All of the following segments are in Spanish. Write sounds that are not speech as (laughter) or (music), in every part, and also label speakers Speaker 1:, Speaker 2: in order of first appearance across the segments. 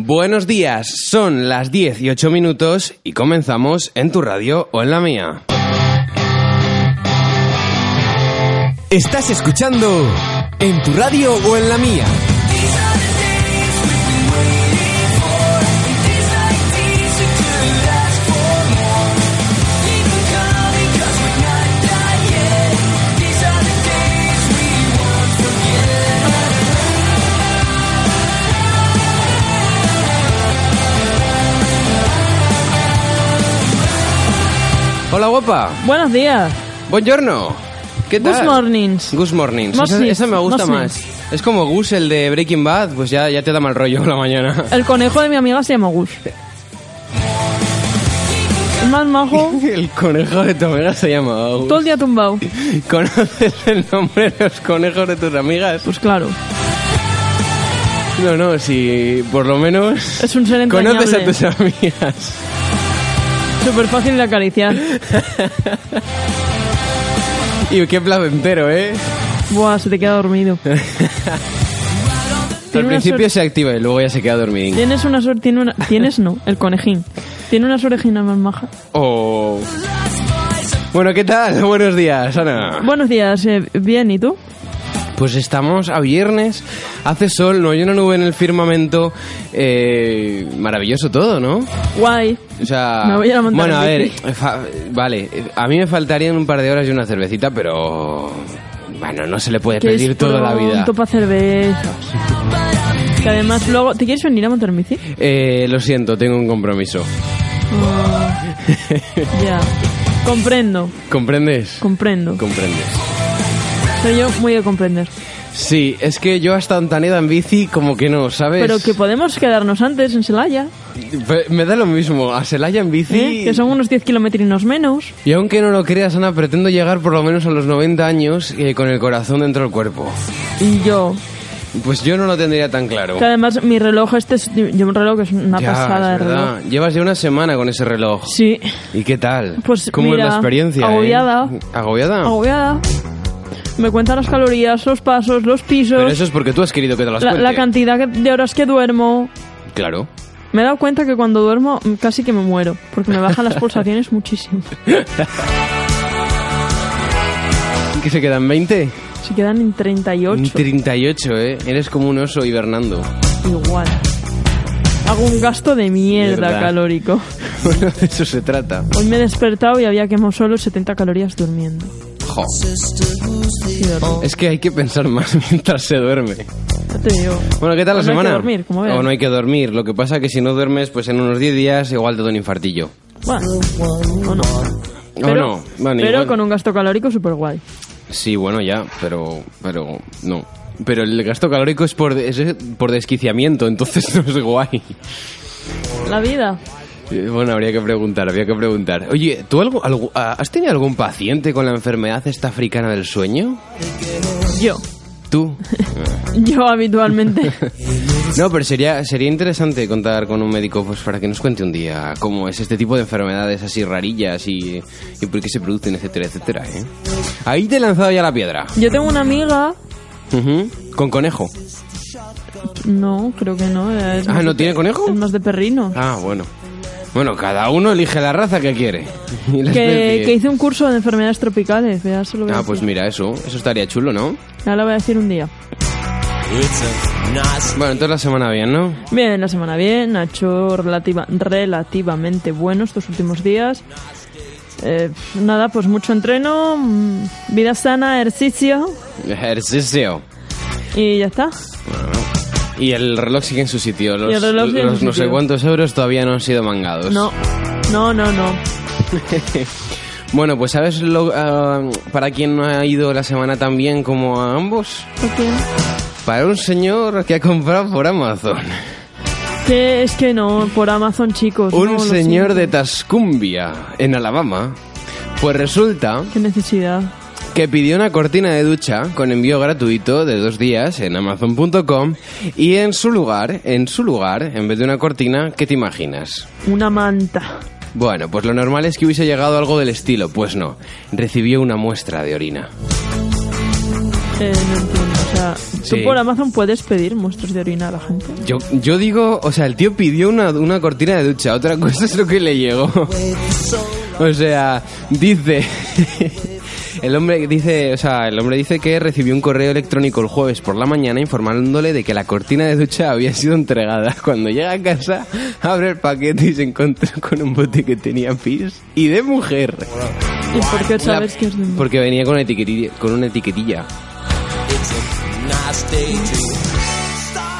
Speaker 1: Buenos días, son las 10 y 8 minutos y comenzamos en tu radio o en la mía.
Speaker 2: Estás escuchando en tu radio o en la mía.
Speaker 1: Hola guapa,
Speaker 3: Buenos días.
Speaker 1: buongiorno. ¿Qué tal?
Speaker 3: Good mornings.
Speaker 1: Good mornings.
Speaker 3: Mornings,
Speaker 1: Esa, esa me gusta
Speaker 3: mornings.
Speaker 1: más. Es como Gus, el de Breaking Bad, pues ya, ya te da mal rollo por la
Speaker 3: (laughs)
Speaker 1: mañana.
Speaker 3: El conejo de mi amiga se llama Gus. El más majo,
Speaker 1: El conejo de tu amiga se llama Gus.
Speaker 3: todo el día tumbado.
Speaker 1: ¿Conoces el nombre de los conejos de tus amigas?
Speaker 3: Pues claro,
Speaker 1: No, no, si por lo menos
Speaker 3: es un ser entrañable.
Speaker 1: conoces a tus amigas.
Speaker 3: Súper fácil de acariciar.
Speaker 1: Y qué placentero, ¿eh?
Speaker 3: Buah, se te queda dormido.
Speaker 1: Al
Speaker 3: Tiene una
Speaker 1: principio
Speaker 3: suerte-
Speaker 1: se activa y luego ya se queda dormido.
Speaker 3: Tienes una suerte, tiene una... Tienes no, el conejín. Tiene unas orejinas más majas.
Speaker 1: Oh. Bueno, ¿qué tal? (laughs) Buenos días, Ana.
Speaker 3: Buenos días, eh, bien, ¿y tú?
Speaker 1: Pues estamos a viernes, hace sol, no hay una nube en el firmamento. eh, maravilloso todo, ¿no?
Speaker 3: Guay.
Speaker 1: O sea,
Speaker 3: Me voy a la montaña
Speaker 1: bueno, a
Speaker 3: en
Speaker 1: ver,
Speaker 3: bici.
Speaker 1: fa- vale, a mí me faltarían un par de horas y una cervecita, pero bueno, no se le puede
Speaker 3: Que
Speaker 1: pedir
Speaker 3: es
Speaker 1: toda la vida.
Speaker 3: pronto pa' cervezas. Que además luego... ¿Te quieres venir a montar
Speaker 1: (laughs)
Speaker 3: en bici?
Speaker 1: Eh, lo siento, tengo un compromiso.
Speaker 3: Ah, ya. Comprendo,
Speaker 1: ¿Comprendes?
Speaker 3: comprendo.
Speaker 1: Comprendes.
Speaker 3: Soy yo muy de comprender.
Speaker 1: Sí, es que yo hasta Ontaneda en bici como que no, ¿sabes?
Speaker 3: Pero que podemos quedarnos antes en Celaya,
Speaker 1: Pe- Me da lo mismo, a Celaya en bici.
Speaker 3: ¿eh? que son unos 10 kilometrinos menos.
Speaker 1: Y aunque no lo creas, Ana, pretendo llegar por lo menos a los 90 años eh, con el corazón dentro del cuerpo.
Speaker 3: Y yo,
Speaker 1: Pues yo no lo tendría tan claro.
Speaker 3: que además mi reloj este es yo un reloj que es una
Speaker 1: Oh. Ya,
Speaker 3: pasada de
Speaker 1: es
Speaker 3: reloj.
Speaker 1: verdad. Llevas ya una semana con ese reloj.
Speaker 3: Sí,
Speaker 1: ¿Y qué tal?
Speaker 3: Pues
Speaker 1: ¿Cómo
Speaker 3: mira,
Speaker 1: es la experiencia? eh?
Speaker 3: agobiada.
Speaker 1: ¿Agobiada?
Speaker 3: agobiada. Oh, Me cuentan las calorías, los pasos, los
Speaker 1: Pero
Speaker 3: pisos,
Speaker 1: eso es porque tú has querido que te las
Speaker 3: la,
Speaker 1: cuente.
Speaker 3: la cantidad que- de horas que duermo.
Speaker 1: Claro.
Speaker 3: Me he dado cuenta que cuando duermo mm, casi que me muero, porque me bajan las
Speaker 1: (laughs)
Speaker 3: pulsaciones muchísimo.
Speaker 1: ¿Qué se quedan? ¿20?
Speaker 3: Se quedan en 38.
Speaker 1: Un 38, ¿eh? Eres como un oso hibernando. (laughs)
Speaker 3: Igual. Hago un gasto de mierda,
Speaker 1: Mierda.
Speaker 3: calórico.
Speaker 1: Bueno, de eso se trata.
Speaker 3: Hoy me he despertado y había quemado solo 70 calorías durmiendo.
Speaker 1: Jo.
Speaker 3: Sí, de horror.
Speaker 1: Es que hay que pensar más (laughs) mientras se duerme.
Speaker 3: Ya te digo.
Speaker 1: Bueno, ¿qué tal la
Speaker 3: O Pues no hay
Speaker 1: semana?
Speaker 3: que dormir, como veas.
Speaker 1: O no hay que dormir. Lo que pasa que si no duermes, pues en unos 10 días igual te da un infartillo.
Speaker 3: Bueno, o no.
Speaker 1: O no, bueno,
Speaker 3: pero
Speaker 1: igual-
Speaker 3: con un gasto calórico súper guay.
Speaker 1: Sí, bueno, ya, pero, pero no. Pero el gasto calórico es por, es por desquiciamiento, entonces (laughs) no es guay.
Speaker 3: La vida.
Speaker 1: Eh, Bueno, habría que preguntar, habría que preguntar. Oye, ¿tú algo, algo- ah, has tenido algún paciente con la enfermedad esta africana del sueño?
Speaker 3: Yo.
Speaker 1: ¿Tú?
Speaker 3: Yo
Speaker 1: (laughs)
Speaker 3: habitualmente.
Speaker 1: No, pero sería, sería interesante contar con un médico pues, para que nos cuente un día cómo es este tipo de enfermedades así rarillas y, y por qué se producen, etcétera, etcétera. ¿eh? Ahí te he lanzado ya la piedra.
Speaker 3: Yo tengo una amiga.
Speaker 1: Ujú. Con conejo.
Speaker 3: No, creo que no. Eh, es
Speaker 1: Ah,
Speaker 3: más
Speaker 1: ¿no
Speaker 3: de-
Speaker 1: tiene conejo?
Speaker 3: Es más de perrino.
Speaker 1: Ah, (laughs) bueno. Bueno, cada uno elige la raza que quiere. (laughs) Y la
Speaker 3: Que,
Speaker 1: especie.
Speaker 3: que hice un curso de enfermedades tropicales. Ya se lo voy a
Speaker 1: Ah,
Speaker 3: decir.
Speaker 1: pues mira, eso. Eso estaría chulo, ¿no?
Speaker 3: Ya lo voy a decir un día.
Speaker 1: Bueno, entonces la semana bien, ¿no? (laughs)
Speaker 3: Bien, la semana bien, ha hecho relativa, relativamente bueno estos últimos días. Eh, nada, pues mucho entreno, mm, vida sana, ejercicio
Speaker 1: Ejercicio.
Speaker 3: y ya está.
Speaker 1: Y el reloj sigue en su sitio. Los,
Speaker 3: Y el reloj sigue en
Speaker 1: los
Speaker 3: su
Speaker 1: no sé
Speaker 3: sitio.
Speaker 1: cuántos euros todavía no han sido mangados.
Speaker 3: No, no, no, no.
Speaker 1: Bueno, pues ¿sabes lo, ah, para quién no ha ido la semana tan bien como a ambos? Para un señor que ha comprado por Amazon.
Speaker 3: Que es que no, por Amazon, chicos. Pues no,
Speaker 1: Un
Speaker 3: lo
Speaker 1: señor
Speaker 3: siento.
Speaker 1: de Tascumbia, en Alabama. Pues resulta
Speaker 3: Qué necesidad.
Speaker 1: que pidió una cortina de ducha con envío gratuito de dos días en amazon.com y en su lugar, en su lugar, en vez de una cortina, ¿qué te imaginas?
Speaker 3: Una manta.
Speaker 1: Bueno, pues lo normal es que hubiese llegado algo del estilo, pues no, recibió una muestra de orina.
Speaker 3: Eh, no entiendo. O sea, tú
Speaker 1: Sí.
Speaker 3: por Amazon puedes pedir muestros de orina a la gente.
Speaker 1: Yo, yo digo, o sea, el tío pidió una, una cortina de ducha, otra cosa es lo que le llegó. (laughs) O sea, dice... (laughs) El hombre dice, o sea, el hombre dice que recibió un correo electrónico el jueves por la mañana informándole de que la cortina de ducha había sido entregada. (laughs) Cuando llega a casa, abre el paquete y se encuentra con un bote que tenía pis y de mujer.
Speaker 3: ¿Y por
Speaker 1: Ah,
Speaker 3: qué sabes que es de
Speaker 1: Porque venía con etiquetilla, con una etiquetilla.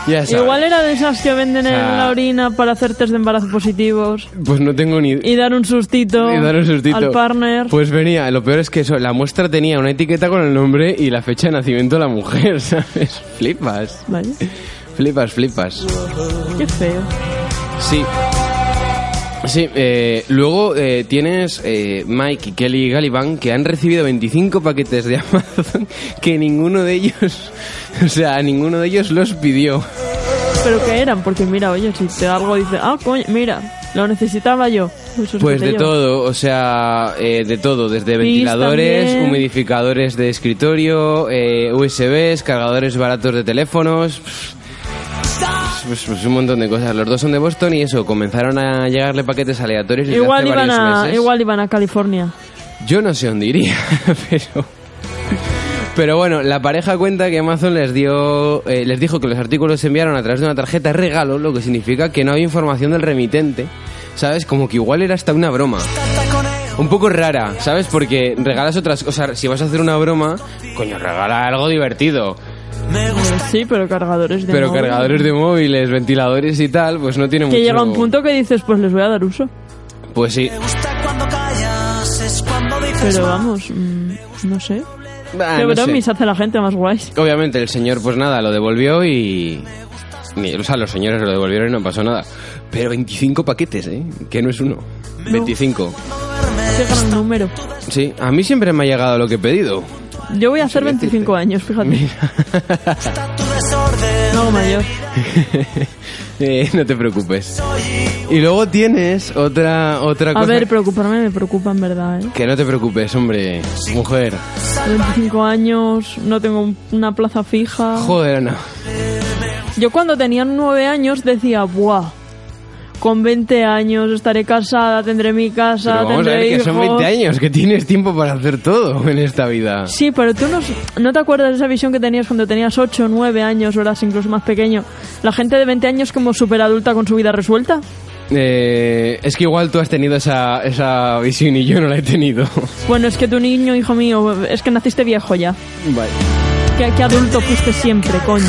Speaker 1: Ya sabes.
Speaker 3: Igual era de esas que venden en
Speaker 1: sea-
Speaker 3: la orina para hacer test de embarazo positivos
Speaker 1: Pues no tengo ni
Speaker 3: y dar un sustito,
Speaker 1: Y dar un sustito.
Speaker 3: al partner.
Speaker 1: Pues venía, lo peor es que eso, la muestra tenía una etiqueta con el nombre y la fecha de nacimiento de la mujer, (laughs) ¿sabes? Flipas,
Speaker 3: Vaya,
Speaker 1: flipas, flipas.
Speaker 3: qué feo.
Speaker 1: Sí. Sí, eh, luego eh, tienes eh, Mike y Kelly Gallivan que han recibido 25 paquetes de Amazon (laughs) que ninguno de ellos, (laughs) o sea, ninguno de ellos los pidió.
Speaker 3: Pero que eran, porque mira, oye, si te algo dice, ah, coño, mira, lo necesitaba yo. Eso es lo
Speaker 1: Pues
Speaker 3: que
Speaker 1: de
Speaker 3: lleva.
Speaker 1: todo, o sea, eh, de todo, desde ventiladores,
Speaker 3: también.
Speaker 1: humidificadores de escritorio, eh, USBs, cargadores baratos de teléfonos, pff, pues, pues un montón de cosas. Los dos son de Boston y eso, comenzaron a llegarle paquetes aleatorios desde
Speaker 3: Igual
Speaker 1: hace
Speaker 3: iban,
Speaker 1: varios
Speaker 3: a,
Speaker 1: meses.
Speaker 3: igual iban a California.
Speaker 1: Yo no sé dónde iría, (laughs) pero... Pero bueno, la pareja cuenta que Amazon les dio, eh, les dijo que los artículos se enviaron a través de una tarjeta regalo, lo que significa que no había información del remitente, ¿sabes? Como que igual era hasta una broma. Un poco rara, ¿sabes? Porque regalas otras cosas. Si vas a hacer una broma, coño, regala algo divertido.
Speaker 3: Eh, sí, pero cargadores de
Speaker 1: Pero
Speaker 3: móvil.
Speaker 1: cargadores de móviles, ventiladores y tal, pues no tiene mucho...
Speaker 3: Que llega un punto que dices, pues les voy a dar uso.
Speaker 1: Pues sí.
Speaker 3: Pero vamos, mm, no sé.
Speaker 1: Ah,
Speaker 3: Qué
Speaker 1: no sé.
Speaker 3: bromis hace la gente más guays.
Speaker 1: Obviamente el señor pues nada, lo devolvió y... ni- O sea, los señores lo devolvieron y no pasó nada. Pero 25 paquetes, ¿eh? Que no es uno. 25.
Speaker 3: Qué gran número.
Speaker 1: Sí, a mí siempre me ha llegado lo que he pedido.
Speaker 3: Yo voy a hacer 25 años, fíjate. No, mayor.
Speaker 1: (laughs) Eh, no te preocupes. Y luego tienes otra, otra
Speaker 3: A
Speaker 1: cosa...
Speaker 3: ver, preocuparme me preocupa en verdad, ¿eh?
Speaker 1: Que no te preocupes, hombre. Mujer.
Speaker 3: 25 años, no tengo un- una plaza fija.
Speaker 1: Joder, Ana.
Speaker 3: Yo cuando tenía 9 años decía, buah, con 20 años estaré casada, tendré mi casa,
Speaker 1: Pero vamos a
Speaker 3: tendré
Speaker 1: ver que son
Speaker 3: hijos".
Speaker 1: 20 años, que tienes tiempo para hacer todo en esta vida.
Speaker 3: Sí, pero tú no, no te acuerdas de esa visión que tenías cuando tenías 8, 9 años o eras incluso más pequeño. La gente de 20 años como súper adulta con su vida resuelta.
Speaker 1: Eh, es que igual tú has tenido esa, esa visión y yo no la he tenido. (laughs)
Speaker 3: Bueno, es que tu niño, hijo mío, es que naciste viejo ya.
Speaker 1: Vale.
Speaker 3: ¿Qué, qué adulto fuiste siempre, coño?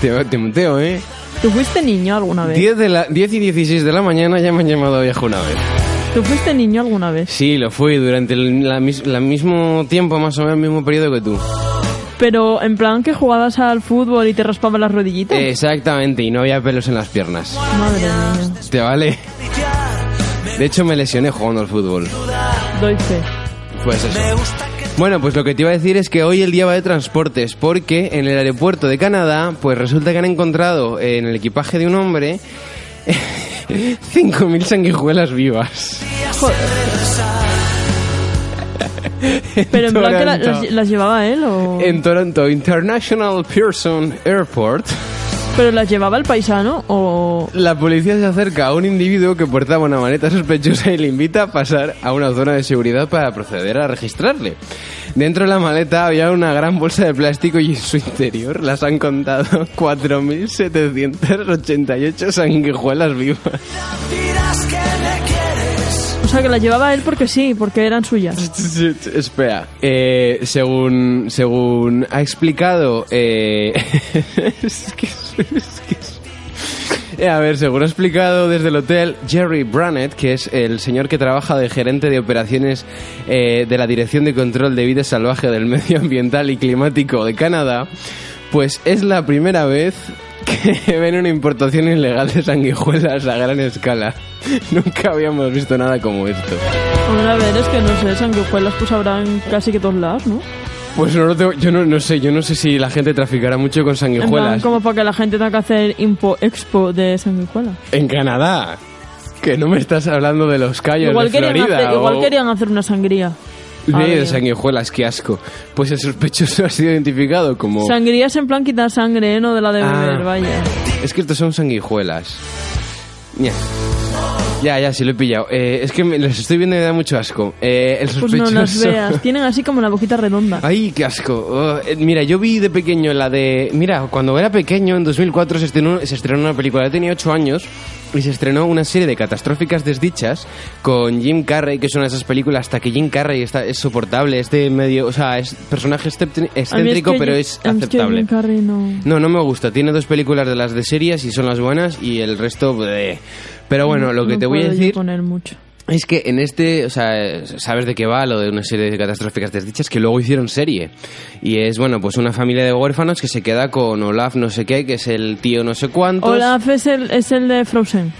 Speaker 1: Te, te muteo, ¿eh?
Speaker 3: ¿Tú fuiste niño alguna vez?
Speaker 1: 10, de la, 10 y 16 de la mañana ya me han llamado viejo una vez.
Speaker 3: ¿Tú fuiste niño alguna vez?
Speaker 1: Sí, lo fui durante el la mis- la mismo tiempo, más o menos el mismo periodo que tú.
Speaker 3: Pero en plan que jugabas al fútbol y te raspaban las rodillitas.
Speaker 1: Eh, Exactamente, y no había pelos en las piernas.
Speaker 3: Madre mía,
Speaker 1: ¿Te vale? De hecho, me lesioné jugando al fútbol.
Speaker 3: doy fe.
Speaker 1: Pues eso. Bueno, pues lo que te iba a decir es que hoy el día va de transportes, porque en el aeropuerto de Canadá, pues resulta que han encontrado eh, en el equipaje de un hombre (laughs) 5.000 sanguijuelas vivas.
Speaker 3: Pero en plan que la-
Speaker 1: Toronto.
Speaker 3: las, las llevaba él o...
Speaker 1: En Toronto International Pearson Airport,
Speaker 3: Pero las llevaba el paisano o...
Speaker 1: la policía se acerca a un individuo que portaba una maleta sospechosa y le invita a pasar a una zona de seguridad para proceder a registrarle. Dentro de la maleta había una gran bolsa de plástico y en su interior las han contado 4.788 sanguijuelas vivas.
Speaker 3: O sea, que las llevaba él porque sí, porque
Speaker 1: (laughs)
Speaker 3: eran suyas.
Speaker 1: Espera. Eh, según, según ha explicado... eh, (laughs) es que... es- es que es- Eh, a ver, según ha explicado desde el hotel Jerry Brannett, que es el señor que trabaja de gerente de operaciones eh, de la Dirección de Control de Vida Salvaje del Medio Ambiental y Climático de Canadá, pues es la primera vez que (laughs) ven una importación ilegal de sanguijuelas a gran escala. (laughs) Nunca habíamos visto nada como esto.
Speaker 3: Hombre, a ver, es que no sé, sanguijuelas pues habrán casi que todos lados, ¿no?
Speaker 1: Pues no lo tengo- yo no, no sé, yo no sé si la gente traficará mucho con
Speaker 3: En plan,
Speaker 1: sanguijuelas.
Speaker 3: como para que la gente tenga que hacer impo, expo de sanguijuelas.
Speaker 1: En Canadá. Que no me estás hablando de los callos
Speaker 3: Igual,
Speaker 1: de
Speaker 3: querían
Speaker 1: Florida.
Speaker 3: hacer, igual
Speaker 1: o-
Speaker 3: querían hacer una sangría.
Speaker 1: Medio de
Speaker 3: Adiós.
Speaker 1: sanguijuelas, qué asco. Pues el sospechoso (laughs) ha sido identificado como...
Speaker 3: Sangrías en plan quitar sangre, ¿eh? no de la de
Speaker 1: Ah.
Speaker 3: beber, vaya.
Speaker 1: Es que estos son sanguijuelas. Ña. Ya, ya, sí lo he pillado. Eh, es que me- los estoy viendo y me da mucho asco. Eh, el
Speaker 3: Pues
Speaker 1: sospechoso...
Speaker 3: no las veas. Tienen así como la boquita redonda.
Speaker 1: Ay, qué asco. Oh, eh, mira, yo vi de pequeño la de... Mira, cuando era pequeño, en 2004, se estrenó, se estrenó una película. Yo tenía 8 años y se estrenó una serie de catastróficas desdichas con Jim Carrey, que es una de esas películas hasta que Jim Carrey está, es soportable, es de medio... O sea, es personaje excep-
Speaker 3: A mí
Speaker 1: excéntrico,
Speaker 3: que
Speaker 1: pero
Speaker 3: yo-
Speaker 1: es
Speaker 3: a mí que
Speaker 1: aceptable.
Speaker 3: Jim Carrey no.
Speaker 1: No, no me gusta. Tiene dos películas de las de series y son las buenas y el resto... bleh. Pero bueno, lo que
Speaker 3: No
Speaker 1: te voy a
Speaker 3: puedo yo
Speaker 1: decir...
Speaker 3: poner mucho.
Speaker 1: Es que en este, o sea, eh, sabes de qué va lo de una serie de catastróficas desdichas que luego hicieron serie. Y es, bueno, pues una familia de huérfanos que se queda con Olaf no sé qué, que es el tío no sé cuántos.
Speaker 3: Olaf es el, es el de Frozen.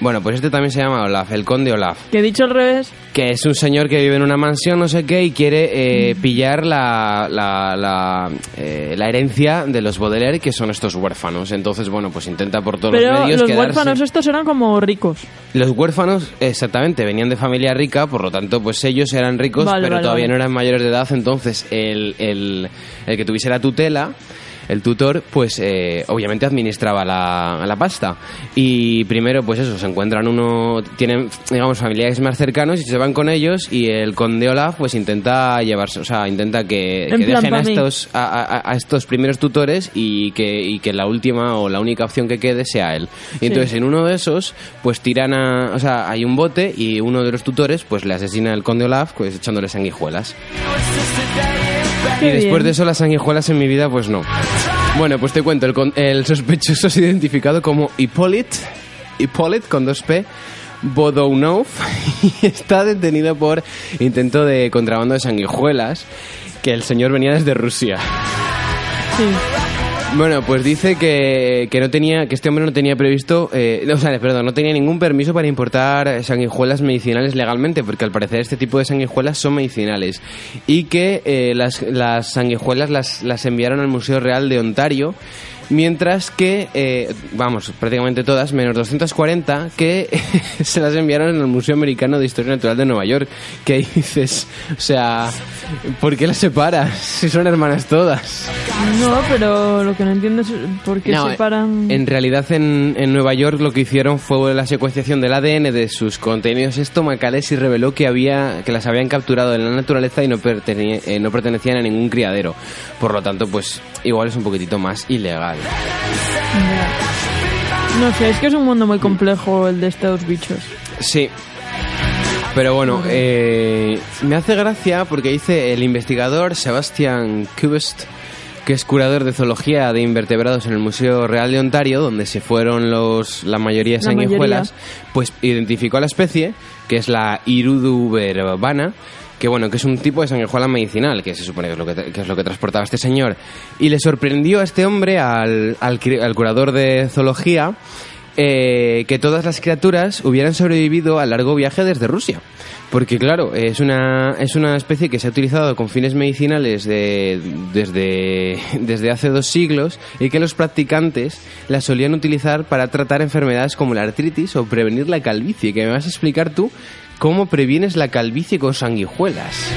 Speaker 1: Bueno, pues este también se llama Olaf, el conde Olaf.
Speaker 3: Que dicho al revés,
Speaker 1: Que es un señor que vive en una mansión, no sé qué, y quiere eh,
Speaker 3: Mm.
Speaker 1: pillar la, la, la, eh, la herencia de los Baudelaire, que son estos huérfanos. Entonces, bueno, pues intenta por todos los
Speaker 3: pero
Speaker 1: medios
Speaker 3: los,
Speaker 1: quedarse-
Speaker 3: huérfanos estos eran como ricos.
Speaker 1: Los huérfanos, exactamente, venían de familia rica, por lo tanto, pues ellos eran ricos,
Speaker 3: Vale,
Speaker 1: pero
Speaker 3: vale,
Speaker 1: todavía
Speaker 3: vale.
Speaker 1: no eran mayores de edad, entonces el, el- el que tuviese la tutela, el tutor, pues eh, obviamente administraba la, la pasta. Y primero, pues eso, se encuentran uno, tienen, digamos, familiares más cercanos y se van con ellos y el conde Olaf, pues intenta llevarse, o sea, intenta que,
Speaker 3: En
Speaker 1: que
Speaker 3: plan,
Speaker 1: dejen a
Speaker 3: pa' mí.
Speaker 1: estos, a, a- a estos primeros tutores y que, y que la última o la única opción que quede sea él. Y
Speaker 3: Sí.
Speaker 1: entonces en uno de esos, pues tiran a. O sea, hay un bote y uno de los tutores, pues le asesina al conde Olaf, pues echándole sanguijuelas.
Speaker 3: Qué
Speaker 1: y después
Speaker 3: bien.
Speaker 1: de eso, las sanguijuelas en mi vida, pues no. Bueno, pues te cuento, el, con- el sospechoso es identificado como Hippolyte, Hippolyte con dos P, Bodounov, (laughs) y está detenido por intento de contrabando de sanguijuelas, que el señor venía desde Rusia.
Speaker 3: Sí.
Speaker 1: Bueno, pues dice que, que no tenía, que este hombre no tenía previsto, eh, no, o sea, perdón, no tenía ningún permiso para importar eh, sanguijuelas medicinales legalmente, porque al parecer este tipo de sanguijuelas son medicinales y que eh, las, las sanguijuelas las, las enviaron al Museo Real de Ontario. Mientras que, eh, vamos, prácticamente todas, menos 240, que (laughs) se las enviaron en el Museo Americano de Historia Natural de Nueva York. Que ahí dices, o sea, ¿por qué las separas (laughs) si son hermanas todas?
Speaker 3: No, pero lo que no entiendo es por qué
Speaker 1: No,
Speaker 3: separan.
Speaker 1: En realidad, en, en Nueva York lo que hicieron fue la secuenciación del ADN de sus contenidos estomacales y reveló que había que las habían capturado en la naturaleza y no, pertene- eh, no pertenecían a ningún criadero. Por lo tanto, pues igual es un poquitito más ilegal.
Speaker 3: No sé, es que es un mundo muy complejo el de estos bichos.
Speaker 1: Sí. Pero bueno, eh, me hace gracia porque dice el investigador Sebastian Kubest, que es curador de zoología de invertebrados en el Museo Real de Ontario, donde se fueron los, la mayoría de
Speaker 3: La mayoría.
Speaker 1: sanguijuelas, pues identificó a la especie, que es la Irudu verbana, que bueno, que es un tipo de sanguijuela medicinal, que se supone que es lo que, tra- que es lo que transportaba este señor. Y le sorprendió a este hombre, al, al cri- al curador de zoología, eh, que todas las criaturas hubieran sobrevivido al largo viaje desde Rusia. Porque claro, es una, es una especie que se ha utilizado con fines medicinales de- desde, desde hace dos siglos y que los practicantes la solían utilizar para tratar enfermedades como la artritis o prevenir la calvicie, que me vas a explicar tú cómo previenes la calvicie con sanguijuelas.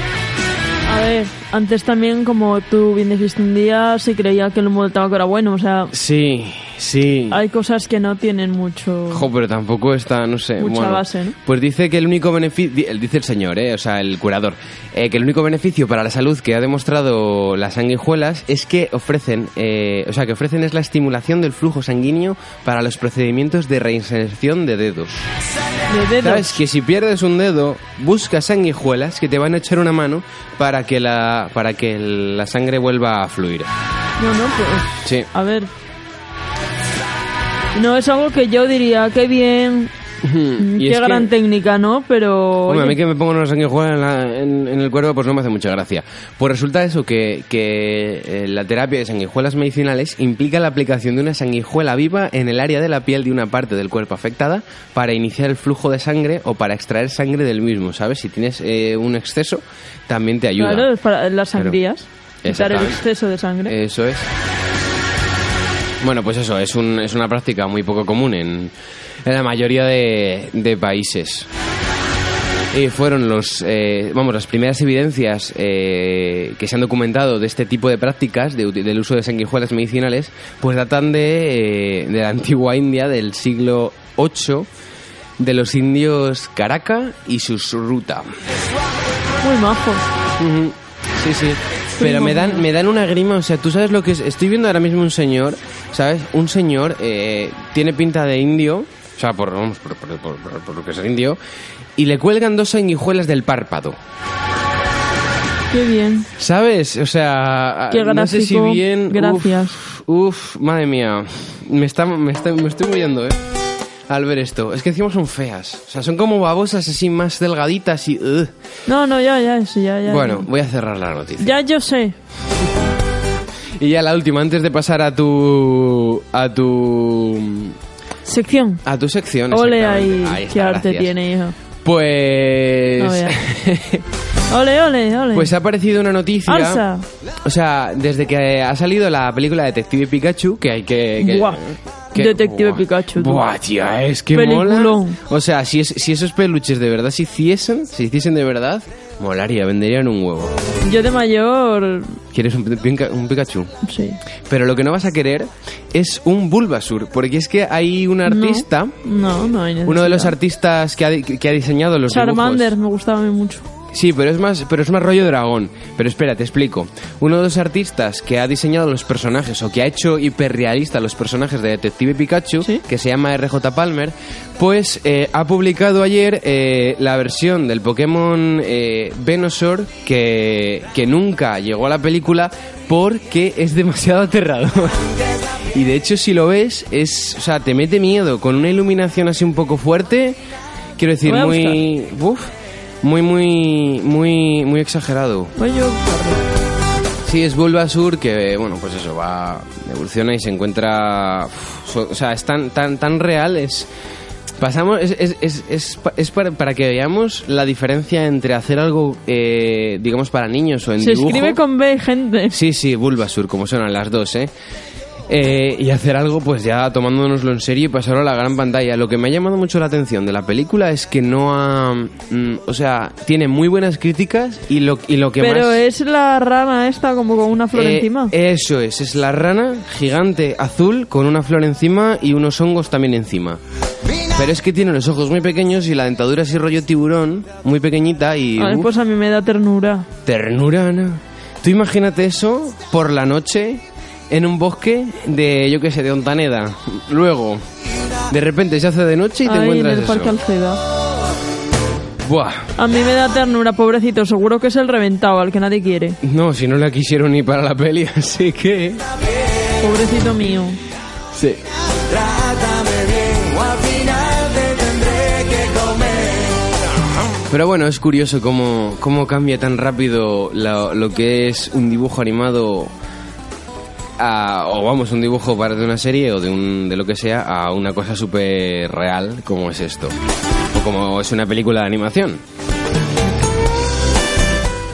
Speaker 3: A ver, antes también, como tú bien dijiste un día, se creía que el humo del tabaco era bueno. O sea,
Speaker 1: Sí, sí.
Speaker 3: hay cosas que no tienen mucho.
Speaker 1: Jo, pero tampoco está, no sé.
Speaker 3: Mucha
Speaker 1: bueno,
Speaker 3: base, ¿no?
Speaker 1: Pues dice que el único beneficio, dice el señor, eh, o sea, el curador, eh, que el único beneficio para la salud que ha demostrado las sanguijuelas es que ofrecen, eh, o sea, que ofrecen es la estimulación del flujo sanguíneo para los procedimientos de reinserción de dedos.
Speaker 3: De dedos.
Speaker 1: Sabes que si pierdes un dedo, busca sanguijuelas que te van a echar una mano para que la, para que la sangre vuelva a fluir.
Speaker 3: No, no, pues.
Speaker 1: Sí.
Speaker 3: A ver. No es algo que yo diría, qué bien,
Speaker 1: Mm, (laughs)
Speaker 3: mm,
Speaker 1: Y
Speaker 3: qué
Speaker 1: es que-
Speaker 3: gran técnica, ¿no? Pero.
Speaker 1: Hombre, a mí
Speaker 3: oye,
Speaker 1: que me pongan una sanguijuela en, la- en- en el cuerpo, pues no me hace mucha gracia. Pues resulta eso, que, que, eh, la terapia de sanguijuelas medicinales implica la aplicación de una sanguijuela viva en el área de la piel de una parte del cuerpo afectada para iniciar el flujo de sangre o para extraer sangre del mismo, ¿sabes? Si tienes eh, un exceso, también te ayuda.
Speaker 3: Claro, es para las sangrías. Quitar el
Speaker 1: Exactamente. Eh.
Speaker 3: exceso de sangre.
Speaker 1: Eso es. Bueno, pues eso, es, un- es una práctica muy poco común en, en la mayoría de, de países. eh, fueron los, eh, vamos, las primeras evidencias eh, que se han documentado de este tipo de prácticas, de uti- del uso de sanguijuelas medicinales, pues datan de, eh, de la antigua India del siglo VIII, de los indios Karaka y sus ruta.
Speaker 3: Muy majo.
Speaker 1: Ujú. Sí, sí. Pero me dan, me dan una grima, o sea, tú sabes lo que es. Estoy viendo ahora mismo un señor, ¿sabes? Un señor eh, tiene pinta de indio, o sea, por, vamos, por, por- por- por- por lo que es indio, y le cuelgan dos sanguijuelas del párpado.
Speaker 3: Qué bien.
Speaker 1: ¿Sabes? O sea, ah,
Speaker 3: Qué
Speaker 1: no sé si
Speaker 3: gráfico.
Speaker 1: bien. uf,
Speaker 3: Gracias.
Speaker 1: Uf, madre mía. Me, está, me, está- me estoy muriendo, ¿eh? Al ver esto. Es que encima son feas. O sea, son como babosas así más delgaditas y. ugh.
Speaker 3: No, no, ya, ya, sí, ya, ya.
Speaker 1: Bueno, voy a cerrar la noticia.
Speaker 3: Ya yo sé.
Speaker 1: Y ya la última, antes de pasar a tu. a tu.
Speaker 3: Sección.
Speaker 1: a tu sección.
Speaker 3: Ole ahí,
Speaker 1: exactamente. Ahí
Speaker 3: qué
Speaker 1: está,
Speaker 3: arte
Speaker 1: gracias.
Speaker 3: tiene, hijo. No
Speaker 1: Pues.
Speaker 3: veas. Ole, ole,
Speaker 1: (laughs)
Speaker 3: ole.
Speaker 1: pues ha aparecido una noticia.
Speaker 3: Alza.
Speaker 1: O sea, desde que ha salido la película Detective Pikachu, que hay que. que-
Speaker 3: Buah.
Speaker 1: que-
Speaker 3: Detective Pikachu, tú.
Speaker 1: Buah, tía, es que mola.
Speaker 3: Peliculón.
Speaker 1: O sea, si, es- si esos peluches de verdad se hiciesen, se hiciesen de verdad, molaría, venderían un huevo.
Speaker 3: Yo de mayor.
Speaker 1: ¿Quieres un, pinca- un Pikachu?
Speaker 3: Sí.
Speaker 1: Pero lo que no vas a querer es un Bulbasur, porque es que hay un artista,
Speaker 3: No, no hay necesidad.
Speaker 1: uno de los artistas que ha, di- que ha diseñado los
Speaker 3: Charmander
Speaker 1: dibujos.
Speaker 3: me gustaba a mí mucho.
Speaker 1: Sí, pero es más, pero es más rollo dragón. Pero espera, te explico. Uno de los artistas que ha diseñado los personajes o que ha hecho hiperrealista los personajes de Detective Pikachu,
Speaker 3: Sí.
Speaker 1: que se llama RJ Palmer, pues eh, ha publicado ayer eh, la versión del Pokémon eh, Venusaur que, que nunca llegó a la película porque es demasiado aterrador. (laughs) Y de hecho, si lo ves, es, o sea, te mete miedo con una iluminación así un poco fuerte. Quiero decir,
Speaker 3: Voy a
Speaker 1: muy, uf, muy, muy, muy, muy exagerado.
Speaker 3: Pues yo.
Speaker 1: Sí, es Bulbasur que, bueno, pues eso, va, evoluciona y se encuentra, uf, so- o sea, es tan, tan, tan real, es, pasamos, es, es, es, es pa- es para, para que veamos la diferencia entre hacer algo, eh, digamos, para niños o en
Speaker 3: Se
Speaker 1: dibujo.
Speaker 3: escribe con B, gente.
Speaker 1: Sí, sí, Bulbasur, como suenan las dos, ¿eh? Eh, y hacer algo pues ya tomándonoslo en serio y pasarlo a la gran pantalla. Lo que me ha llamado mucho la atención de la película es que no ha... mm, o sea, tiene muy buenas críticas y lo, y lo que
Speaker 3: Pero
Speaker 1: más...
Speaker 3: es la rana esta, como con una flor
Speaker 1: eh,
Speaker 3: encima.
Speaker 1: Eso es, es la rana gigante azul con una flor encima y unos hongos también encima. Pero es que tiene los ojos muy pequeños y la dentadura así rollo tiburón, muy pequeñita y...
Speaker 3: A ver,
Speaker 1: uf,
Speaker 3: pues a mí me da ternura.
Speaker 1: Ternura, Ana. Tú imagínate eso por la noche en un bosque de, yo qué sé, de Ontaneda. Luego, de repente se hace de noche y te
Speaker 3: Ahí en
Speaker 1: encuentras
Speaker 3: el Parque
Speaker 1: eso.
Speaker 3: Alceda.
Speaker 1: Buah.
Speaker 3: A mí me da ternura, pobrecito. Seguro que es el reventado, al que nadie quiere.
Speaker 1: No, si no la quisieron ni para la peli, (laughs) así que...
Speaker 3: Pobrecito mío.
Speaker 1: Sí. Pero bueno, es curioso cómo, cómo cambia tan rápido la- lo que es un dibujo animado a- o vamos, un dibujo para de una serie o de, un, de lo que sea a una cosa súper real como es esto. O como es una película de animación.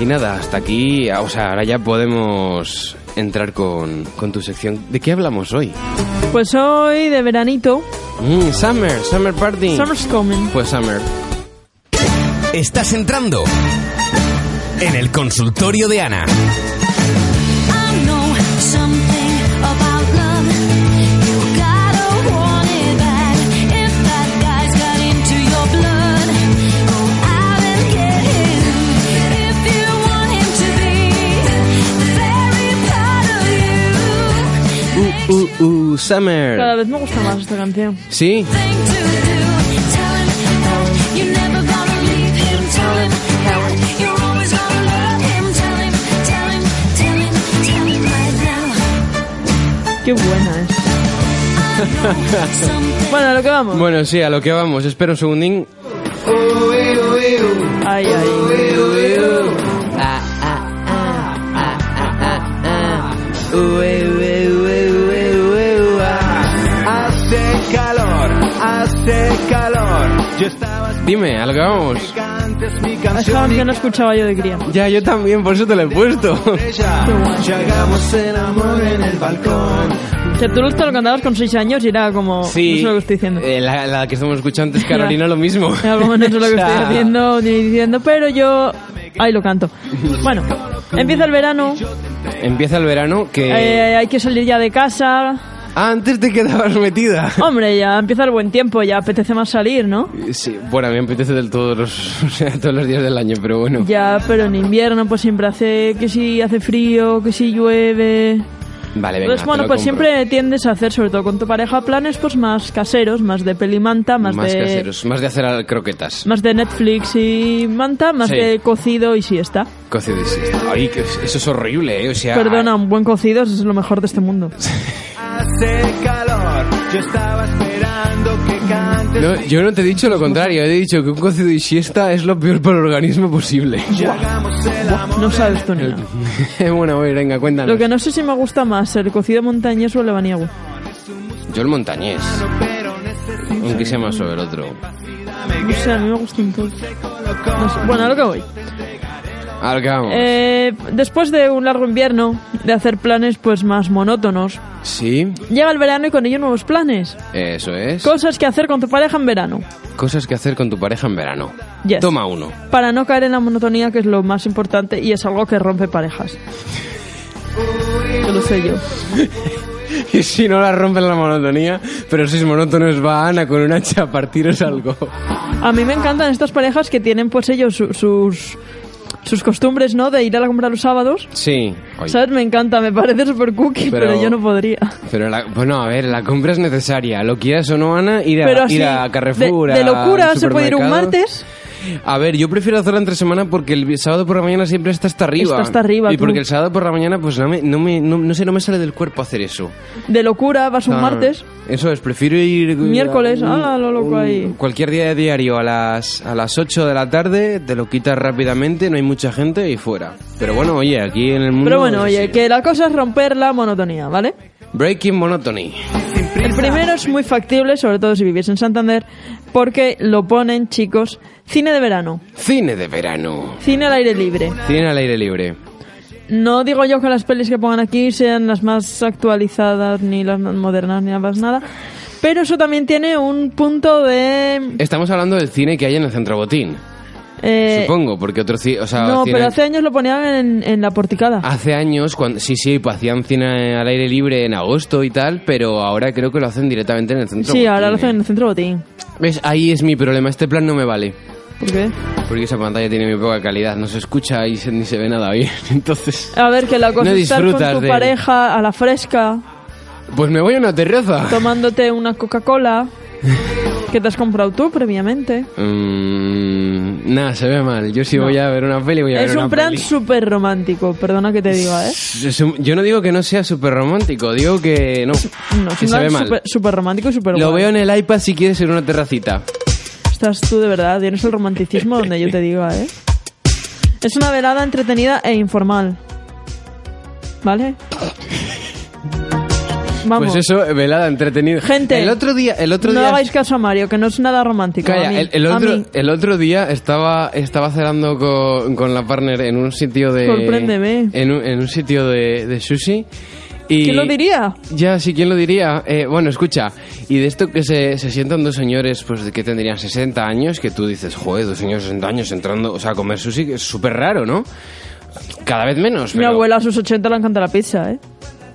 Speaker 1: Y nada, hasta aquí, o sea, ahora ya podemos entrar con, con tu sección. ¿De qué hablamos hoy?
Speaker 3: Pues hoy de veranito.
Speaker 1: Mm, summer, Summer Party.
Speaker 3: Summer's coming.
Speaker 1: Pues Summer.
Speaker 2: Estás entrando en el consultorio de Ana.
Speaker 4: I know something about love. You gotta want it bad. If that guy's got into your blood, go out and get him. If you want him to be very proud of you,
Speaker 1: Uh, uh, uh,
Speaker 3: Cada
Speaker 1: Summer.
Speaker 3: vez me gusta más esta canción.
Speaker 1: Sí,
Speaker 4: thing to do. Tell him that you're never gonna leave him. Tell him that you're always gonna love him. Tell him, tell him, tell him, tell him right now.
Speaker 3: Qué buena es. Bueno, a lo que vamos.
Speaker 1: bueno, sí, a lo que vamos. Espera un segundín.
Speaker 3: Ay, ay.
Speaker 5: Hace calor, hace calor. Yo estaba
Speaker 1: Dime, a lo que vamos.
Speaker 5: antes mi
Speaker 3: Esa
Speaker 5: canción
Speaker 3: canción no escuchaba yo de cría.
Speaker 1: Ya, yo también, por eso te lo he puesto.
Speaker 5: (laughs) estrella.
Speaker 3: Qué guay.
Speaker 5: Ya hagamos el amor en el balcón.
Speaker 3: Que tú te lo cantabas con 6 años y era como... No sé lo que estoy diciendo.
Speaker 1: eh, la, la que estamos escuchando
Speaker 3: (laughs)
Speaker 1: es Carolina, lo mismo.
Speaker 3: En algún momento es lo
Speaker 1: (laughs)
Speaker 3: que
Speaker 1: O sea,
Speaker 3: estoy haciendo ni diciendo, pero yo... Ahí lo canto. Bueno, empieza el verano,
Speaker 1: Empieza el verano que...
Speaker 3: eh, hay que salir ya de casa.
Speaker 1: Antes te quedabas metida.
Speaker 3: Hombre, ya empieza el buen tiempo, ya apetece más salir, ¿no?
Speaker 1: Sí, bueno, a mí me apetece del todos los, (laughs) o sea, todos los días del año, pero bueno.
Speaker 3: Ya, pero en invierno pues siempre hace que si hace frío, que si llueve.
Speaker 1: Vale, Eh, venga.
Speaker 3: Entonces,
Speaker 1: te
Speaker 3: bueno,
Speaker 1: lo
Speaker 3: pues
Speaker 1: compro.
Speaker 3: siempre tiendes a hacer, sobre todo con tu pareja, planes pues más caseros, más de pelimanta, más,
Speaker 1: Más
Speaker 3: de
Speaker 1: caseros, más de hacer al- croquetas.
Speaker 3: más de Netflix y manta, más
Speaker 1: Sí.
Speaker 3: de cocido y siesta.
Speaker 1: Cocido y siesta. Ay, que eso es horrible, ¿eh? O sea...
Speaker 3: Perdona, un buen cocido es lo mejor de este mundo.
Speaker 5: Hace calor, yo estaba esperando que cantes.
Speaker 1: No, yo no te he dicho lo contrario, he dicho que un cocido y siesta es lo peor para el organismo
Speaker 3: (laughs)
Speaker 1: posible.
Speaker 5: y hagamos el amor.
Speaker 3: No sabes tú ni nada.
Speaker 1: (laughs) bueno, a ver, venga, cuéntanos.
Speaker 3: Lo que no sé si me gusta más, el cocido montañés o el abaniego.
Speaker 1: Yo el montañés. Aunque sea más sobre el otro.
Speaker 3: No sé, a mí me gusta un poco. No sé. Bueno, a lo que voy.
Speaker 1: A lo que vamos.
Speaker 3: Eh, después de un largo invierno, de hacer planes pues más monótonos,
Speaker 1: Sí,
Speaker 3: llega el verano y con ello nuevos planes.
Speaker 1: eso es.
Speaker 3: Cosas que hacer con tu pareja en verano.
Speaker 1: Cosas que hacer con tu pareja en verano.
Speaker 3: Yes.
Speaker 1: Toma uno.
Speaker 3: Para no caer en la monotonía, que es lo más importante y es algo que rompe parejas. Yo lo sé yo.
Speaker 1: (laughs) Y si no la rompen la monotonía, pero si es monótono es va Ana con un hacha a partiros algo.
Speaker 3: A mí me encantan estas parejas que tienen pues ellos su- sus sus costumbres, ¿no? De ir a la compra los sábados.
Speaker 1: Sí. Oye,
Speaker 3: ¿Sabes? Me encanta, me parece super cookie, pero,
Speaker 1: Pero-
Speaker 3: yo no podría.
Speaker 1: Pero la, bueno, a ver, la compra es necesaria. Lo quieras o no, Ana, ir a,
Speaker 3: Pero
Speaker 1: ir
Speaker 3: así,
Speaker 1: a Carrefour.
Speaker 3: de, de
Speaker 1: al
Speaker 3: locura, se puede ir un
Speaker 1: supermercado.
Speaker 3: martes.
Speaker 1: A ver, yo prefiero hacerla entre semana porque el sábado por la mañana siempre está hasta arriba.
Speaker 3: Está hasta arriba,
Speaker 1: Y
Speaker 3: tú.
Speaker 1: porque el sábado por la mañana, pues no, me, no, me- no- no sé, no me sale del cuerpo hacer eso.
Speaker 3: De locura, vas un
Speaker 1: No, no, no.
Speaker 3: martes.
Speaker 1: Eso es, prefiero ir...
Speaker 3: Miércoles,
Speaker 1: a-
Speaker 3: ala, lo loco ahí.
Speaker 1: Cualquier día de diario a las, a las 8 de la tarde, te lo quitas rápidamente, no hay mucha gente y fuera. Pero bueno, oye, aquí en el mundo...
Speaker 3: Pero bueno, oye,
Speaker 1: sí.
Speaker 3: que la cosa es romper la monotonía, ¿vale?
Speaker 1: Breaking Monotony.
Speaker 3: El primero es muy factible, sobre todo si vivís en Santander, porque lo ponen, chicos, cine de verano,
Speaker 1: Cine de verano.
Speaker 3: cine al aire libre.
Speaker 1: Cine al aire libre.
Speaker 3: No digo yo que las pelis que pongan aquí sean las más actualizadas, ni las más modernas, ni las más nada, pero eso también tiene un punto de...
Speaker 1: Estamos hablando del cine que hay en el Centro Botín,
Speaker 3: eh,
Speaker 1: supongo, porque otro cine... O sea,
Speaker 3: no,
Speaker 1: cine-
Speaker 3: pero hace años lo ponían en, en la porticada.
Speaker 1: Hace años, cuando, sí, sí, pues, hacían cine al aire libre en agosto y tal, pero ahora creo que lo hacen directamente en el centro.
Speaker 3: sí,
Speaker 1: Botín,
Speaker 3: ahora lo hacen en
Speaker 1: ¿eh?
Speaker 3: el centro botín.
Speaker 1: ¿Ves? Ahí es mi problema, este plan no me vale.
Speaker 3: ¿Por qué?
Speaker 1: Porque esa pantalla tiene muy poca calidad, no se escucha y se- ni se ve nada bien. (laughs) Entonces,
Speaker 3: A ver, que la cosa
Speaker 1: No
Speaker 3: es estar con
Speaker 1: disfrutas
Speaker 3: tu
Speaker 1: de-
Speaker 3: pareja a la fresca,
Speaker 1: pues me voy a una terraza.
Speaker 3: tomándote
Speaker 1: (laughs)
Speaker 3: una Coca-Cola que te has comprado tú previamente.
Speaker 1: Mm, nada, se ve mal. Yo si voy a ver una peli, voy a
Speaker 3: Es
Speaker 1: ver una
Speaker 3: un plan
Speaker 1: peli.
Speaker 3: súper romántico, perdona que te diga, ¿eh?
Speaker 1: Es un- Yo no digo que no sea súper romántico, digo que no.
Speaker 3: No, es
Speaker 1: que
Speaker 3: un
Speaker 1: se ve
Speaker 3: plan
Speaker 1: mal.
Speaker 3: súper- súper romántico y súper
Speaker 1: Lo
Speaker 3: guay.
Speaker 1: veo en el iPad si quieres en una terracita. Pues
Speaker 3: Estás tú de verdad, tienes el romanticismo donde yo te diga, ¿eh? Es una velada entretenida e informal. ¿Vale? Vamos.
Speaker 1: Pues eso, velada, entretenido.
Speaker 3: Gente,
Speaker 1: el otro día, el otro
Speaker 3: no
Speaker 1: día
Speaker 3: hagáis caso a Mario, que no es nada romántico.
Speaker 1: Calla,
Speaker 3: a mí,
Speaker 1: el, el
Speaker 3: a
Speaker 1: otro,
Speaker 3: mí.
Speaker 1: el otro día estaba, estaba cenando con, con la partner en un sitio de...
Speaker 3: Sorpréndeme.
Speaker 1: En un, en un sitio de, de sushi. Y
Speaker 3: ¿Quién lo diría?
Speaker 1: Ya, sí, ¿quién lo diría? Eh, bueno, escucha, y de esto que se, se sientan dos señores pues de que tendrían 60 años, que tú dices, joder, dos señores de 60 años entrando, o sea, a comer sushi, que es súper raro, ¿no? Cada vez menos,
Speaker 3: Mi
Speaker 1: pero,
Speaker 3: abuela a sus 80 le encanta la pizza, ¿eh?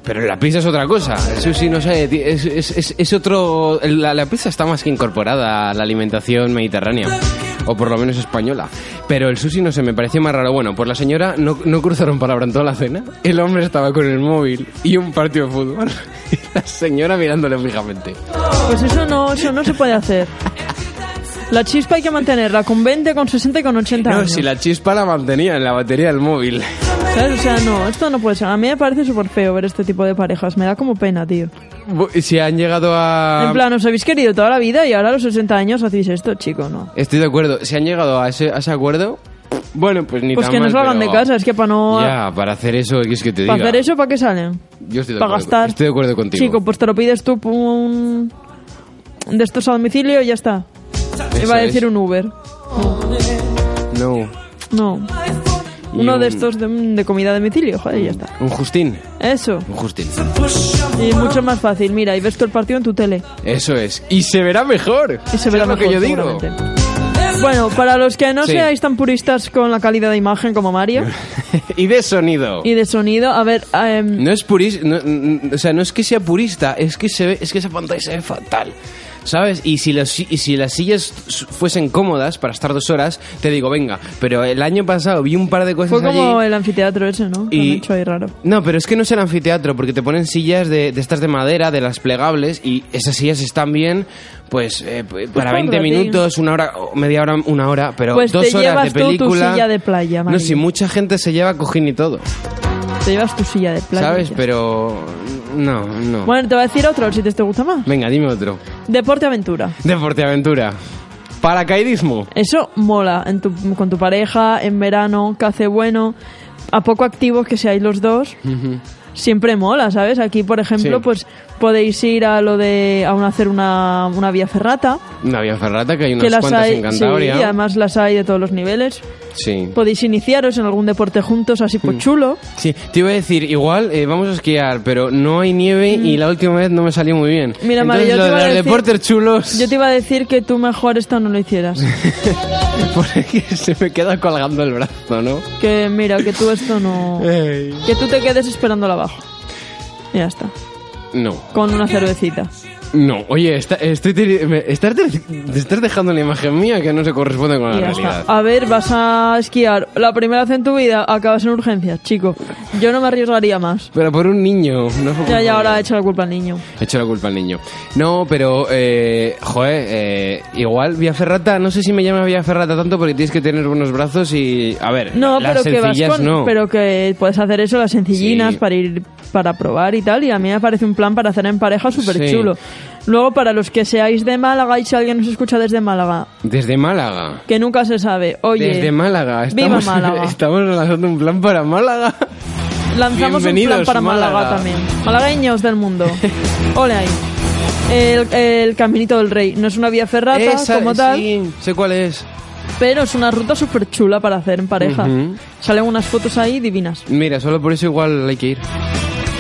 Speaker 1: pero la pizza es otra cosa. El sushi, no sé, ti- es, es- es- es otro... La, la pizza está más que incorporada a la alimentación mediterránea, o por lo menos española. Pero el sushi, no sé, me parecía más raro. Bueno, pues la señora no, no cruzaron palabra en toda la cena. El hombre estaba con el móvil y un partido de fútbol. (laughs) Y la señora mirándole fijamente.
Speaker 3: Pues eso no, eso no se puede hacer. La chispa hay que mantenerla con 20, con 60 y con 80
Speaker 1: No,
Speaker 3: años.
Speaker 1: si la chispa la mantenía en la batería del móvil.
Speaker 3: ¿Sabes? O sea, no, esto no puede ser. A mí me parece súper feo ver este tipo de parejas. Me da como pena, tío.
Speaker 1: Bu- Si han llegado a...
Speaker 3: En plan, os habéis querido toda la vida y ahora a los 60 años hacéis esto, chico, ¿no?
Speaker 1: Estoy de acuerdo. Si han llegado a ese, a ese acuerdo... Bueno, pues ni
Speaker 3: Pues
Speaker 1: tan
Speaker 3: que no
Speaker 1: mal,
Speaker 3: salgan
Speaker 1: pero-
Speaker 3: de casa, es que para no...
Speaker 1: Ya, para hacer eso, ¿qué es que te
Speaker 3: Para
Speaker 1: diga?
Speaker 3: hacer eso, ¿para qué salen?
Speaker 1: Yo estoy de
Speaker 3: Para
Speaker 1: acuerdo.
Speaker 3: gastar.
Speaker 1: Estoy de acuerdo contigo.
Speaker 3: Chico, pues te lo pides tú por un... De estos a domicilio y ya está.
Speaker 1: Eso
Speaker 3: Iba a
Speaker 1: es.
Speaker 3: decir un Uber.
Speaker 1: No.
Speaker 3: No.
Speaker 1: Y
Speaker 3: Uno de
Speaker 1: un- Mm.
Speaker 3: estos de, de comida a domicilio, joder, y ya está.
Speaker 1: Un Justín.
Speaker 3: Eso.
Speaker 1: Un Justín.
Speaker 3: Y mucho más fácil, mira, y ves todo el partido en tu tele.
Speaker 1: Eso es. Y se verá mejor.
Speaker 3: Y se verá
Speaker 1: Es lo
Speaker 3: mejor,
Speaker 1: que yo digo.
Speaker 3: seguramente. Bueno, para los que no
Speaker 1: Sí.
Speaker 3: seáis tan puristas con la calidad de imagen
Speaker 1: (laughs)
Speaker 3: como Mario
Speaker 1: (laughs) y de sonido.
Speaker 3: y de sonido, a ver, em,
Speaker 1: No es purista, o sea, no es que sea purista, es que se ve, es que esa pantalla se ve fatal. ¿Sabes? Y si, los, si- y si las sillas s- fuesen cómodas para estar dos horas, te digo, venga, pero el año pasado vi un par de cosas
Speaker 3: fue como
Speaker 1: allí
Speaker 3: el anfiteatro ese, ¿no? Que
Speaker 1: y-
Speaker 3: han hecho ahí raro.
Speaker 1: No, pero es que no es el anfiteatro, porque te ponen sillas de, de estas de madera, de las plegables, y esas sillas están bien, pues, eh, p- para
Speaker 3: por
Speaker 1: 20
Speaker 3: ti.
Speaker 1: minutos, una hora, o media hora, una hora, pero
Speaker 3: Pues
Speaker 1: dos
Speaker 3: te
Speaker 1: horas
Speaker 3: llevas
Speaker 1: de
Speaker 3: tú tu
Speaker 1: película.
Speaker 3: silla de playa,
Speaker 1: no,
Speaker 3: Mario.
Speaker 1: si mucha gente se lleva cojín y todo,
Speaker 3: Te llevas tu silla de playa.
Speaker 1: ¿sabes?
Speaker 3: ya.
Speaker 1: Pero, no, no.
Speaker 3: Bueno, te voy a decir otro, si te, te gusta más.
Speaker 1: Venga, dime otro.
Speaker 3: Deporte aventura.
Speaker 1: Deporte aventura. Paracaidismo.
Speaker 3: Eso mola en tu- con tu pareja, en verano, que hace bueno, a poco activos que seáis los dos. Siempre mola, ¿sabes? Aquí, por ejemplo,
Speaker 1: Sí.
Speaker 3: pues podéis ir a lo de a un- hacer una, una vía ferrata,
Speaker 1: Una vía ferrata que hay
Speaker 3: que
Speaker 1: unas
Speaker 3: las
Speaker 1: cuantas
Speaker 3: hay,
Speaker 1: en
Speaker 3: sí, y
Speaker 1: Cantabria.
Speaker 3: además las hay de todos los niveles.
Speaker 1: Sí.
Speaker 3: Podéis iniciaros en algún deporte juntos, así
Speaker 1: Mm.
Speaker 3: por chulo.
Speaker 1: Sí, te iba a decir, igual eh, vamos a esquiar, pero no hay nieve y la última vez no me salió muy bien.
Speaker 3: Mm. Mira,
Speaker 1: Entonces,
Speaker 3: Mario, yo
Speaker 1: lo
Speaker 3: te
Speaker 1: de
Speaker 3: iba a
Speaker 1: los
Speaker 3: decir-
Speaker 1: deportes chulos,
Speaker 3: Yo te iba a decir que tú mejor esto no
Speaker 1: (laughs)
Speaker 3: lo hicieras.
Speaker 1: porque se me queda colgando el brazo, ¿no?
Speaker 3: que mira, que tú esto no...
Speaker 1: Ey.
Speaker 3: Que tú te quedes esperándola abajo. Y Ya está.
Speaker 1: No,
Speaker 3: Con una cervecita.
Speaker 1: no. Oye, está- estoy teni- me- estás, de- te estás dejando una imagen mía que no se corresponde con la
Speaker 3: Y ya
Speaker 1: realidad.
Speaker 3: está. Ah. A ver, vas a esquiar la primera vez en tu vida, acabas en urgencias, chico. Yo no me arriesgaría más.
Speaker 1: Pero por un niño, no fue
Speaker 3: Ya,
Speaker 1: culpa
Speaker 3: ya,
Speaker 1: mía.
Speaker 3: ahora he hecho la culpa al niño.
Speaker 1: Echo la culpa al niño. No, pero, eh, joder, eh, igual Vía Ferrata, no sé si me llama Vía Ferrata tanto porque tienes que tener buenos brazos y, a ver,
Speaker 3: No,
Speaker 1: las
Speaker 3: pero que vas
Speaker 1: sencillas
Speaker 3: con,
Speaker 1: no.
Speaker 3: pero que puedes hacer eso las sencillinas
Speaker 1: Sí.
Speaker 3: para ir para probar y tal y a mí me parece un plan para hacer en pareja súper chulo.
Speaker 1: Sí.
Speaker 3: Luego para los que seáis de Málaga y si alguien nos escucha desde Málaga,
Speaker 1: Desde Málaga.
Speaker 3: que nunca se sabe. Oye,
Speaker 1: Desde Málaga.
Speaker 3: viva
Speaker 1: (laughs) Estamos,
Speaker 3: Málaga.
Speaker 1: Estamos lanzando un plan para Málaga.
Speaker 3: Lanzamos un plan
Speaker 1: Bienvenidos,
Speaker 3: para Málaga,
Speaker 1: Málaga.
Speaker 3: también. Malagueños del
Speaker 1: (laughs)
Speaker 3: mundo. Ole ahí. El, el Caminito del Rey. No es una vía ferrata
Speaker 1: Esa-
Speaker 3: como tal,
Speaker 1: Sí, sé cuál es.
Speaker 3: pero es una ruta súper chula para hacer en pareja. Salen unas fotos ahí divinas.
Speaker 1: Mira, solo por eso igual hay que ir.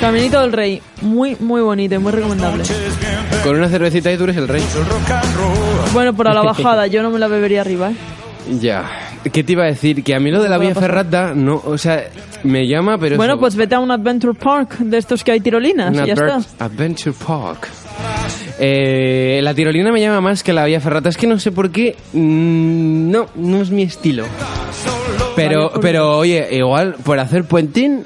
Speaker 3: Caminito del Rey. Muy, muy bonito y muy recomendable.
Speaker 1: Con una cervecita y tú eres el rey.
Speaker 3: Bueno, para la bajada yo no me la bebería arriba. ¿eh?
Speaker 1: Ya. ¿Qué te iba a decir? Que a mí lo de la
Speaker 3: No puede
Speaker 1: Vía
Speaker 3: pasar.
Speaker 1: Ferrata, no, o sea, me llama, pero...
Speaker 3: Bueno,
Speaker 1: eso-
Speaker 3: pues vete a un Adventure Park de estos que hay tirolinas.
Speaker 1: Un
Speaker 3: y ya
Speaker 1: adver-
Speaker 3: está.
Speaker 1: Adventure Park. Eh, la tirolina me llama más que la vía ferrata. Es que no sé por qué. mm, no, no es mi estilo. Pero,
Speaker 3: pues
Speaker 1: pero oye, igual por hacer puentín,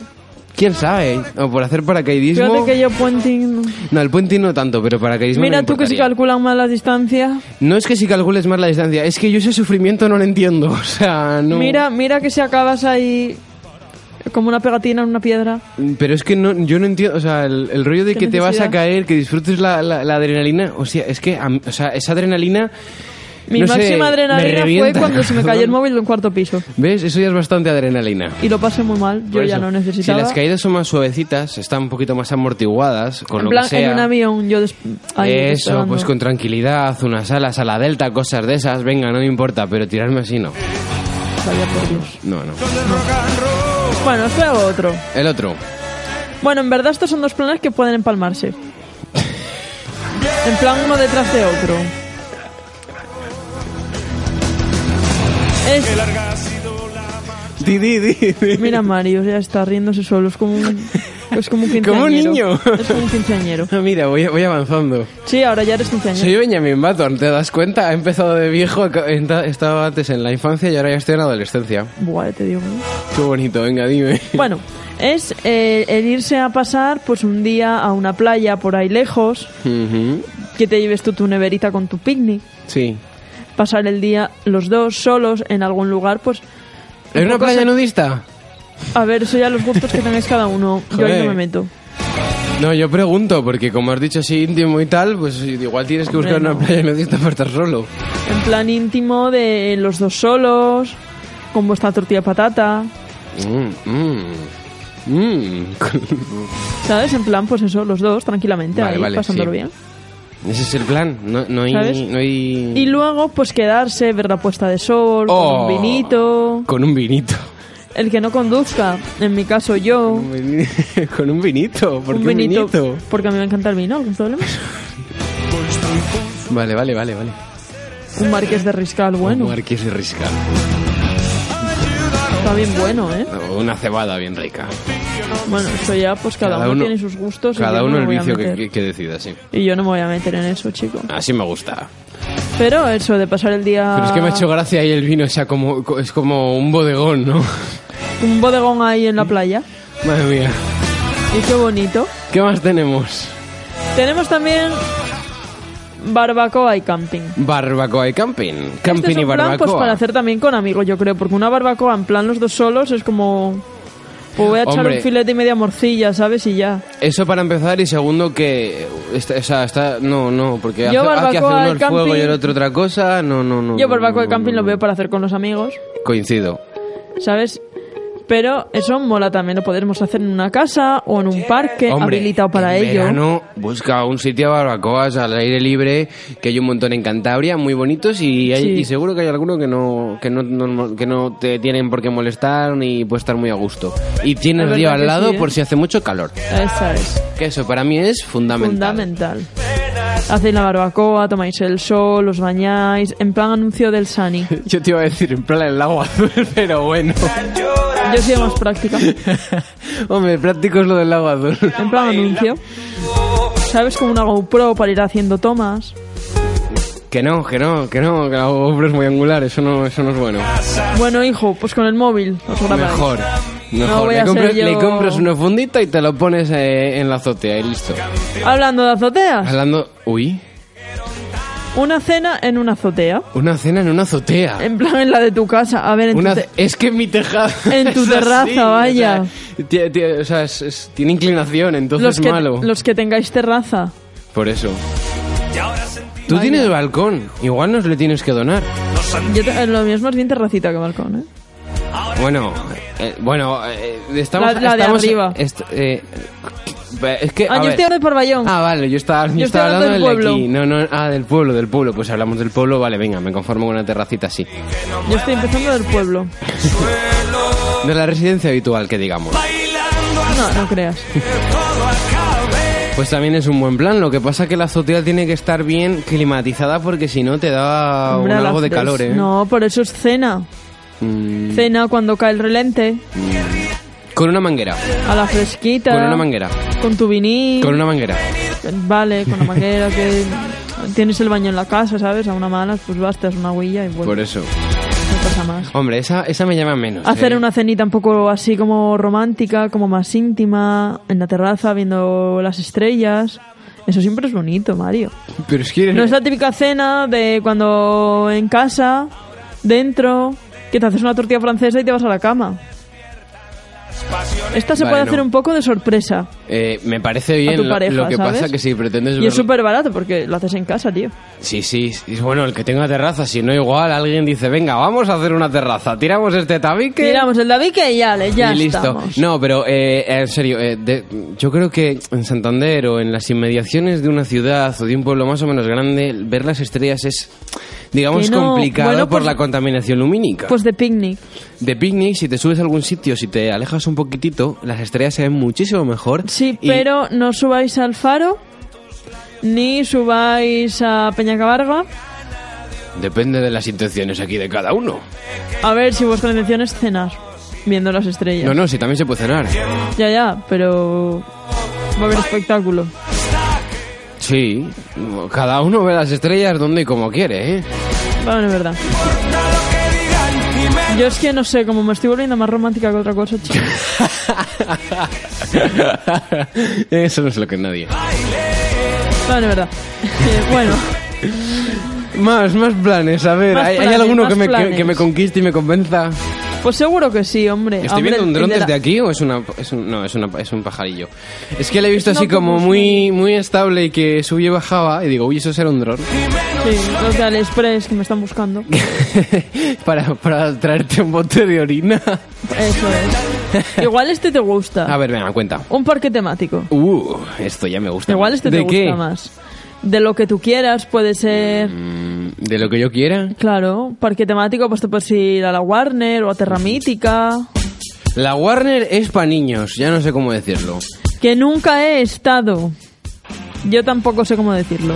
Speaker 1: quién sabe. O por hacer
Speaker 3: Fíjate
Speaker 1: paracaidismo.
Speaker 3: que yo puenting...
Speaker 1: No, el puentín no tanto, pero paracaidismo. no
Speaker 3: Mira
Speaker 1: me
Speaker 3: tú que se
Speaker 1: importaría.
Speaker 3: calculan mal las distancias.
Speaker 1: No es que si calcules más la distancia, es que yo ese sufrimiento no lo entiendo. (laughs) O sea, no.
Speaker 3: Mira, mira que si acabas ahí como una pegatina en una piedra.
Speaker 1: Pero es que no, yo no entiendo, o sea, el, el rollo de
Speaker 3: ¿Qué
Speaker 1: que te vas a
Speaker 3: necesidad?
Speaker 1: caer, que disfrutes la, la- la adrenalina, o sea, es que, a mí- o sea, esa adrenalina...
Speaker 3: Mi
Speaker 1: no sé, me
Speaker 3: máxima adrenalina fue
Speaker 1: revienta,
Speaker 3: cuando se me cayó el
Speaker 1: cabrón.
Speaker 3: móvil de un cuarto piso.
Speaker 1: (laughs) ¿Ves? Eso ya es bastante adrenalina.
Speaker 3: Y lo pasé muy mal, yo
Speaker 1: Por
Speaker 3: ya
Speaker 1: eso,
Speaker 3: no necesitaba.
Speaker 1: Si las caídas son más suavecitas, están un poquito más amortiguadas, con
Speaker 3: en
Speaker 1: lo
Speaker 3: plan,
Speaker 1: que sea.
Speaker 3: en un avión, yo des- ahí
Speaker 1: eso,
Speaker 3: despegando.
Speaker 1: pues con tranquilidad, unas alas a la delta, cosas de esas, venga, no me importa, pero tirarme así no.
Speaker 3: Vaya por Dios.
Speaker 1: No, no.
Speaker 3: Bueno, os traigo otro.
Speaker 1: El otro.
Speaker 3: Bueno, en verdad estos son dos planes que pueden empalmarse. En plan uno detrás de otro. Es-
Speaker 1: Di, di, di, (laughs) di.
Speaker 3: Mira Mario, ya está riéndose solo, es como un, es como un
Speaker 1: (laughs)
Speaker 3: quinceañero.
Speaker 1: Como un niño.
Speaker 3: Es como un quinceañero.
Speaker 1: Ah, Mira, voy, voy avanzando.
Speaker 3: Sí, ahora ya eres quinceañero.
Speaker 1: Soy Benjamin Button, ¿te das cuenta? He empezado de viejo, he enta- estaba antes en la infancia y ahora ya estoy en la adolescencia.
Speaker 3: Buah, te digo. ¿no?
Speaker 1: Qué bonito, venga, dime.
Speaker 3: Bueno, es eh, el irse a pasar pues un día a una playa por ahí lejos,
Speaker 1: Ujú,
Speaker 3: que te lleves tú tu neverita con tu picnic,
Speaker 1: Sí.
Speaker 3: pasar el día los dos solos en algún lugar, pues
Speaker 1: ¿Es una
Speaker 3: poco
Speaker 1: playa
Speaker 3: se-
Speaker 1: nudista?
Speaker 3: a ver, eso ya los gustos que tengáis cada uno. Yo ahí
Speaker 1: Joder.
Speaker 3: no me meto.
Speaker 1: No, yo pregunto, porque como has dicho así íntimo y tal, pues igual tienes que
Speaker 3: Hombre,
Speaker 1: buscar una
Speaker 3: no.
Speaker 1: playa nudista para estar solo.
Speaker 3: En plan íntimo de los dos solos, con vuestra tortilla de patata,
Speaker 1: Mm, mm, mm.
Speaker 3: ¿sabes? En plan, pues eso, los dos, tranquilamente,
Speaker 1: Vale,
Speaker 3: ahí
Speaker 1: vale,
Speaker 3: pasándolo
Speaker 1: sí.
Speaker 3: bien.
Speaker 1: Ese es el plan, no, no hay...
Speaker 3: ¿Sabes?
Speaker 1: No hay...
Speaker 3: Y luego, pues quedarse, ver la puesta de sol, con
Speaker 1: Oh,
Speaker 3: un vinito.
Speaker 1: Con un vinito.
Speaker 3: el que no conduzca, en mi caso yo,
Speaker 1: (laughs) Con un vinito, ¿por
Speaker 3: un
Speaker 1: qué un
Speaker 3: vinito,
Speaker 1: vinito?
Speaker 3: porque a mí me encanta el vino, algún
Speaker 1: (laughs)
Speaker 3: problema.
Speaker 1: Vale, vale, vale, vale.
Speaker 3: Un marqués de Riscal bueno,
Speaker 1: Un marqués de risca.
Speaker 3: está bien bueno, ¿eh?
Speaker 1: Una cebada bien rica.
Speaker 3: Bueno, eso ya, pues cada, uno, tiene sus gustos. y
Speaker 1: Cada
Speaker 3: yo no
Speaker 1: uno
Speaker 3: me
Speaker 1: el
Speaker 3: voy a
Speaker 1: vicio que,
Speaker 3: meter.
Speaker 1: que- que decida, sí.
Speaker 3: Y yo no me voy a meter en eso, chico.
Speaker 1: Así me gusta.
Speaker 3: Ah. Pero eso de pasar el día...
Speaker 1: Pero es que me ha hecho gracia ahí el vino, o sea, como, co- es como un bodegón, ¿no? (laughs)
Speaker 3: Un bodegón ahí en
Speaker 1: Mm.
Speaker 3: la playa.
Speaker 1: Madre mía.
Speaker 3: Y qué bonito.
Speaker 1: ¿Qué más tenemos?
Speaker 3: Tenemos también barbacoa y camping.
Speaker 1: Barbacoa y camping. Camping
Speaker 3: Este es
Speaker 1: y
Speaker 3: un plan
Speaker 1: barbacoa.
Speaker 3: pues, para hacer también con amigos, yo creo, porque una barbacoa en plan los dos solos es como... Pues voy a echar
Speaker 1: Hombre.
Speaker 3: un filete y media morcilla, ¿sabes? Y ya.
Speaker 1: Eso para empezar y segundo que está, o sea, está no, no, porque hace, ah,
Speaker 3: Yo
Speaker 1: que hace uno
Speaker 3: barbacoa y
Speaker 1: el fuego y
Speaker 3: camping-
Speaker 1: el otro otra cosa, no, no, no.
Speaker 3: Yo
Speaker 1: no,
Speaker 3: barbacoa y
Speaker 1: no, no,
Speaker 3: camping
Speaker 1: no.
Speaker 3: lo veo para hacer con los amigos,
Speaker 1: Coincido.
Speaker 3: ¿sabes? Pero eso mola también, lo podemos hacer en una casa o en un parque
Speaker 1: Hombre,
Speaker 3: habilitado para
Speaker 1: en
Speaker 3: ello.
Speaker 1: verano busca un sitio a barbacoas al aire libre, que hay un montón en Cantabria, muy bonitos y, hay-
Speaker 3: Sí.
Speaker 1: y seguro que hay alguno que no que no, no- que no te tienen por qué molestar ni puede estar muy a gusto. Y
Speaker 3: Es
Speaker 1: tienes
Speaker 3: verdad
Speaker 1: río
Speaker 3: que
Speaker 1: al lado
Speaker 3: sí, ¿eh?
Speaker 1: por si hace mucho calor.
Speaker 3: Esa es.
Speaker 1: Que eso para mí es fundamental.
Speaker 3: Fundamental. Hacéis la barbacoa, tomáis el sol, os bañáis, en plan anuncio del Sani.
Speaker 1: Yo te iba a decir en plan el agua azul, (laughs) pero bueno.
Speaker 3: Yo soy más práctica.
Speaker 1: Hombre, práctico es lo del agua (laughs) azul.
Speaker 3: En plan anuncio. ¿Sabes? Como una GoPro para ir haciendo tomas.
Speaker 1: Que no, que no, que no, que la GoPro es muy angular, eso no, eso no es bueno.
Speaker 3: Bueno, hijo, pues con el móvil os grabáis.
Speaker 1: Mejor. Mejor.
Speaker 3: voy
Speaker 1: le,
Speaker 3: a
Speaker 1: compras,
Speaker 3: ser yo-
Speaker 1: le compras una fundita y te lo pones eh, en la azotea y listo.
Speaker 3: Hablando de azoteas,
Speaker 1: Hablando. Uy,
Speaker 3: una cena en una azotea.
Speaker 1: una cena en una azotea.
Speaker 3: En plan en la de tu casa. A ver, en
Speaker 1: Una-
Speaker 3: tu te-
Speaker 1: Es que mi tejado.
Speaker 3: (laughs) En tu
Speaker 1: es
Speaker 3: terraza,
Speaker 1: así, o sea,
Speaker 3: vaya.
Speaker 1: tie- tie- o sea, es- es- tiene inclinación, entonces
Speaker 3: los,
Speaker 1: es
Speaker 3: que,
Speaker 1: malo.
Speaker 3: los que tengáis terraza.
Speaker 1: Por eso. Tú tienes balcón, igual nos le tienes que donar.
Speaker 3: Yo te- eh, lo mío es más bien terracita que balcón, ¿eh?
Speaker 1: Bueno, eh, bueno, eh, estamos.
Speaker 3: La- la de
Speaker 1: estamos-
Speaker 3: arriba.
Speaker 1: est- eh, es que. a
Speaker 3: Ah, yo
Speaker 1: ver.
Speaker 3: estoy hablando de Parvallón.
Speaker 1: Ah, vale, yo estaba, yo
Speaker 3: Yo
Speaker 1: estaba hablando
Speaker 3: estoy hablando
Speaker 1: del
Speaker 3: del
Speaker 1: de
Speaker 3: pueblo.
Speaker 1: aquí. No, no, ah, del pueblo, del pueblo. Pues hablamos del pueblo, vale, venga, me conformo con una terracita así.
Speaker 3: Yo estoy empezando del pueblo.
Speaker 1: De la residencia habitual, que digamos.
Speaker 3: No, no creas.
Speaker 1: Pues también es un buen plan. Lo que pasa que la azotea tiene que estar bien climatizada porque si no te da un
Speaker 3: Hombre, a las
Speaker 1: Ah, algo de
Speaker 3: tres.
Speaker 1: calor, ¿eh?
Speaker 3: No, por eso es cena.
Speaker 1: Mm,
Speaker 3: Cena cuando cae el relente,
Speaker 1: con una manguera.
Speaker 3: a la fresquita.
Speaker 1: Con una manguera.
Speaker 3: Con tu vinil.
Speaker 1: Con una manguera.
Speaker 3: Vale, con la manguera que tienes el baño en la casa, ¿sabes? A una malas, pues basta, es una huilla y
Speaker 1: Por
Speaker 3: bueno,
Speaker 1: eso.
Speaker 3: no pasa más.
Speaker 1: Hombre, esa, esa me llama menos.
Speaker 3: Hacer
Speaker 1: ¿eh?
Speaker 3: una cenita un poco así como romántica, como más íntima, en la terraza viendo las estrellas. Eso siempre es bonito, Mario.
Speaker 1: Pero es que.
Speaker 3: No es la típica cena de cuando en casa, dentro, que te haces una tortilla francesa y te vas a la cama. Esta se
Speaker 1: Vale,
Speaker 3: puede
Speaker 1: no.
Speaker 3: hacer un poco de sorpresa.
Speaker 1: Eh, me parece
Speaker 3: A
Speaker 1: bien
Speaker 3: tu
Speaker 1: lo,
Speaker 3: pareja,
Speaker 1: lo que
Speaker 3: ¿sabes?
Speaker 1: pasa que si pretendes
Speaker 3: Y
Speaker 1: ver-
Speaker 3: es súper barato porque lo haces en casa, tío.
Speaker 1: Sí, sí, es bueno el que tenga terraza, si no igual alguien dice, venga, vamos a hacer una terraza, tiramos este tabique
Speaker 3: Tiramos el tabique y ya, le, ya
Speaker 1: y listo.
Speaker 3: estamos.
Speaker 1: No, pero eh, en serio, eh, de- yo creo que en Santander o en las inmediaciones de una ciudad o de un pueblo más o menos grande, ver las estrellas es, digamos,
Speaker 3: Que no.
Speaker 1: complicado
Speaker 3: Bueno,
Speaker 1: por
Speaker 3: pues-
Speaker 1: la contaminación lumínica.
Speaker 3: Pues de picnic.
Speaker 1: de picnic, si te subes a algún sitio, si te alejas un poquitito, las estrellas se ven muchísimo mejor.
Speaker 3: Sí,
Speaker 1: y-
Speaker 3: pero no subáis al faro ni subáis a Peñacabarga.
Speaker 1: Depende de las intenciones aquí de cada uno.
Speaker 3: A ver si vuestra intención es cenar viendo las estrellas.
Speaker 1: No, no, si también se puede cenar.
Speaker 3: Ya, ya, pero va a haber espectáculo.
Speaker 1: Sí, cada uno ve las estrellas donde y como
Speaker 3: (laughs)
Speaker 1: quiere, ¿eh?
Speaker 3: Bueno, es verdad. Yo es que no sé, como me estoy volviendo más romántica que otra cosa,
Speaker 1: (laughs)
Speaker 3: chico.
Speaker 1: Eso no es lo que nadie.
Speaker 3: Bueno, es verdad. (laughs) Eh, bueno,
Speaker 1: Más, más planes, a ver,
Speaker 3: Más
Speaker 1: ¿hay, hay
Speaker 3: planes,
Speaker 1: alguno
Speaker 3: más
Speaker 1: que me, que,
Speaker 3: planes.
Speaker 1: que me conquiste y me convenza?
Speaker 3: pues seguro que sí, hombre.
Speaker 1: ¿Estoy
Speaker 3: Hombre,
Speaker 1: viendo un
Speaker 3: el
Speaker 1: dron
Speaker 3: de la-
Speaker 1: desde aquí o es una, es un, no, es, una, es un pajarillo? Es que le he visto
Speaker 3: Es un
Speaker 1: así como
Speaker 3: autobús,
Speaker 1: muy, muy estable y que subía y bajaba y digo, uy, eso será un dron (laughs)
Speaker 3: Sí, los de Aliexpress que me están buscando.
Speaker 1: para, para traerte un bote de orina.
Speaker 3: Eso es. Igual este te gusta.
Speaker 1: A ver, venga, cuenta.
Speaker 3: Un parque temático.
Speaker 1: Uh, esto ya me gusta.
Speaker 3: Igual
Speaker 1: más.
Speaker 3: este
Speaker 1: ¿De
Speaker 3: te
Speaker 1: qué?
Speaker 3: gusta más. De lo que tú quieras, puede ser.
Speaker 1: Mm, De lo que yo quiera.
Speaker 3: Claro, parque temático, pues te puedes ir a la Warner o a Terra Mítica.
Speaker 1: La Warner es para niños, ya no sé cómo decirlo.
Speaker 3: Que nunca he estado. Yo tampoco sé cómo decirlo.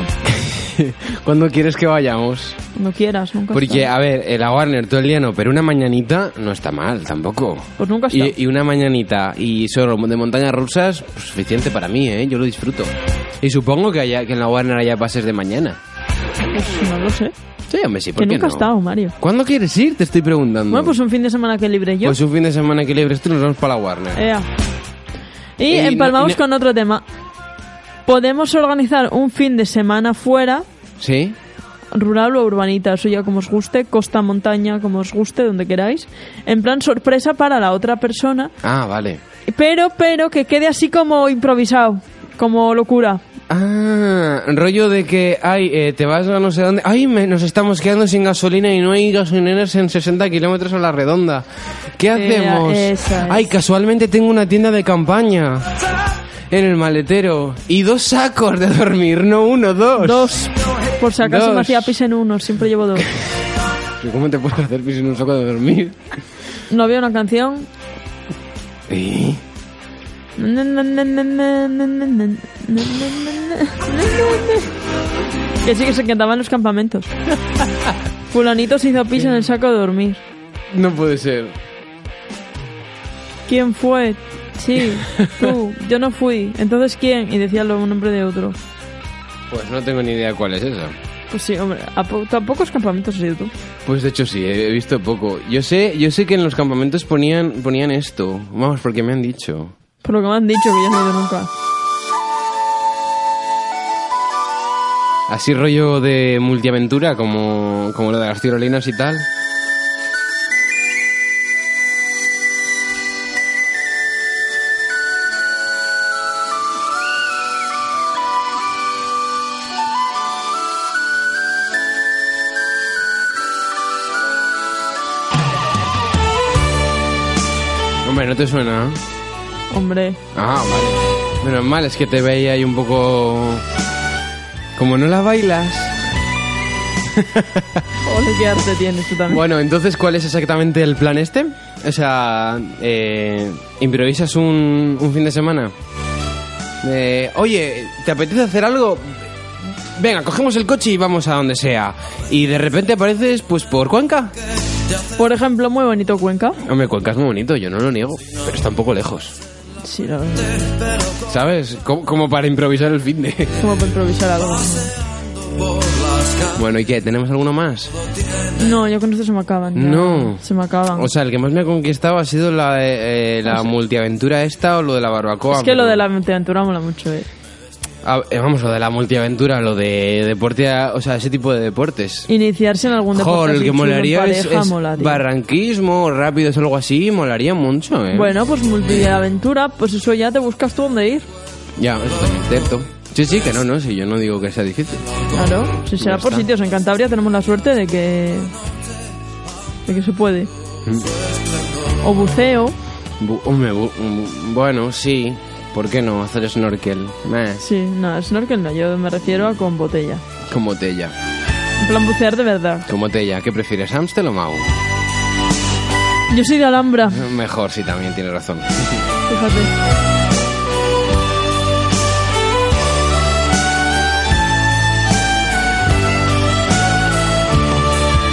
Speaker 1: ¿Cuándo quieres que vayamos?
Speaker 3: No quieras, nunca he
Speaker 1: Porque,
Speaker 3: estado.
Speaker 1: a ver, eh, la Warner todo el día no, pero una mañanita no está mal tampoco.
Speaker 3: Pues nunca he
Speaker 1: Y,
Speaker 3: estado.
Speaker 1: y una mañanita y solo de montañas rusas, pues, suficiente para mí, ¿eh? Yo lo disfruto. Y supongo que, haya, que en la Warner haya pases de mañana.
Speaker 3: Pues no lo sé.
Speaker 1: Sí, hombre, sí, ¿por
Speaker 3: Que
Speaker 1: qué
Speaker 3: nunca he
Speaker 1: no?
Speaker 3: estado, Mario.
Speaker 1: ¿Cuándo quieres ir? Te estoy preguntando.
Speaker 3: Bueno, pues un fin de semana que libre yo. Eh.
Speaker 1: Pues un fin de semana que libre, esto nos vamos para la Warner.
Speaker 3: Ea. Y
Speaker 1: Eh,
Speaker 3: empalmamos
Speaker 1: no- no-
Speaker 3: con otro tema. Podemos organizar un fin de semana fuera,
Speaker 1: ¿Sí?
Speaker 3: rural o urbanita, eso ya como os guste, costa, montaña, como os guste, donde queráis, en plan sorpresa para la otra persona,
Speaker 1: Ah, vale.
Speaker 3: pero, pero que quede así como improvisado, como locura.
Speaker 1: Ah, rollo de que, ay, eh, te vas a no sé dónde. Ay, me- nos estamos quedando sin gasolina y no hay gasolineras en 60 kilómetros a la redonda. ¿Qué hacemos?
Speaker 3: esa es.
Speaker 1: Ay, casualmente tengo una tienda de campaña en el maletero y dos sacos de dormir, no uno, dos.
Speaker 3: Dos. Por si acaso
Speaker 1: Dos.
Speaker 3: me hacía pis en uno, siempre llevo dos.
Speaker 1: ¿Cómo te puedes hacer pis en un saco de dormir?
Speaker 3: No había una canción.
Speaker 1: ¿Eh?
Speaker 3: Que sí, que se quedaban los campamentos. Fulanito se hizo pis en el saco de dormir.
Speaker 1: No puede ser.
Speaker 3: ¿Quién fue?
Speaker 1: (laughs)
Speaker 3: Sí, tú. Yo no fui. Entonces, ¿quién? Y decía lo- un nombre de otro.
Speaker 1: Pues no tengo ni idea cuál es esa.
Speaker 3: Pues sí, hombre, ¿a po- ¿tú a pocos campamentos has ido tú?
Speaker 1: Pues de hecho sí, he visto poco. Yo sé, yo sé que en los campamentos ponían, ponían esto. Vamos, porque me han dicho.
Speaker 3: Por lo que me han dicho, que yo no he ido nunca.
Speaker 1: Así rollo de multiaventura, como, como lo de las tirolinas y tal. Hombre, ¿no te suena?
Speaker 3: Hombre,
Speaker 1: Ah, vale. Menos mal, es que te veía ahí un poco... Como no la bailas...
Speaker 3: ole, qué arte tienes tú también.
Speaker 1: Bueno, entonces, ¿cuál es exactamente el plan este? O sea, eh, ¿improvisas un, un fin de semana? Eh, Oye, ¿te apetece hacer algo? Venga, cogemos el coche y vamos a donde sea. Y de repente apareces, pues, por Cuenca.
Speaker 3: Por ejemplo, muy bonito Cuenca.
Speaker 1: Hombre, Cuenca es muy bonito, yo no lo niego, pero está un poco lejos.
Speaker 3: Sí, la verdad.
Speaker 1: ¿Sabes? Como, como para improvisar el fin de... (laughs)
Speaker 3: Como para improvisar algo.
Speaker 1: Bueno, ¿y qué? ¿Tenemos alguno más?
Speaker 3: No, yo con esto se me acaban. ya.
Speaker 1: No.
Speaker 3: Se me acaban.
Speaker 1: O sea, el que más me ha conquistado ha sido la, eh, eh, la multiaventura esta o lo de la barbacoa.
Speaker 3: es que lo
Speaker 1: pero-
Speaker 3: de la aventura mola mucho, eh.
Speaker 1: Ah, eh, vamos, lo de la multiaventura, lo de deporte, a- o sea, ese tipo de deportes.
Speaker 3: Iniciarse en algún deporte.
Speaker 1: Joder, el
Speaker 3: así
Speaker 1: que
Speaker 3: chulo en
Speaker 1: molaría es,
Speaker 3: pareja
Speaker 1: es
Speaker 3: mola, tío.
Speaker 1: barranquismo, rápidos, algo así, molaría mucho, ¿eh?
Speaker 3: Bueno, pues multiaventura, pues eso ya te buscas tú dónde ir.
Speaker 1: Ya, eso también es cierto. Sí, sí, que no, no, sí, yo no digo que sea difícil.
Speaker 3: Claro, si será
Speaker 1: Ya
Speaker 3: por
Speaker 1: está.
Speaker 3: sitios. En Cantabria tenemos la suerte de que. de que se puede.
Speaker 1: Mm.
Speaker 3: O buceo,
Speaker 1: Bu- hombre, bu- bu- bueno, sí, ¿por qué no hacer snorkel? Meh,
Speaker 3: sí, no, snorkel no, yo me refiero a con botella.
Speaker 1: con botella.
Speaker 3: En plan bucear de verdad.
Speaker 1: Con botella, ¿qué prefieres, Amstel o Mau?
Speaker 3: Yo soy de Alhambra,
Speaker 1: Mejor, sí, también tienes razón.
Speaker 3: fíjate.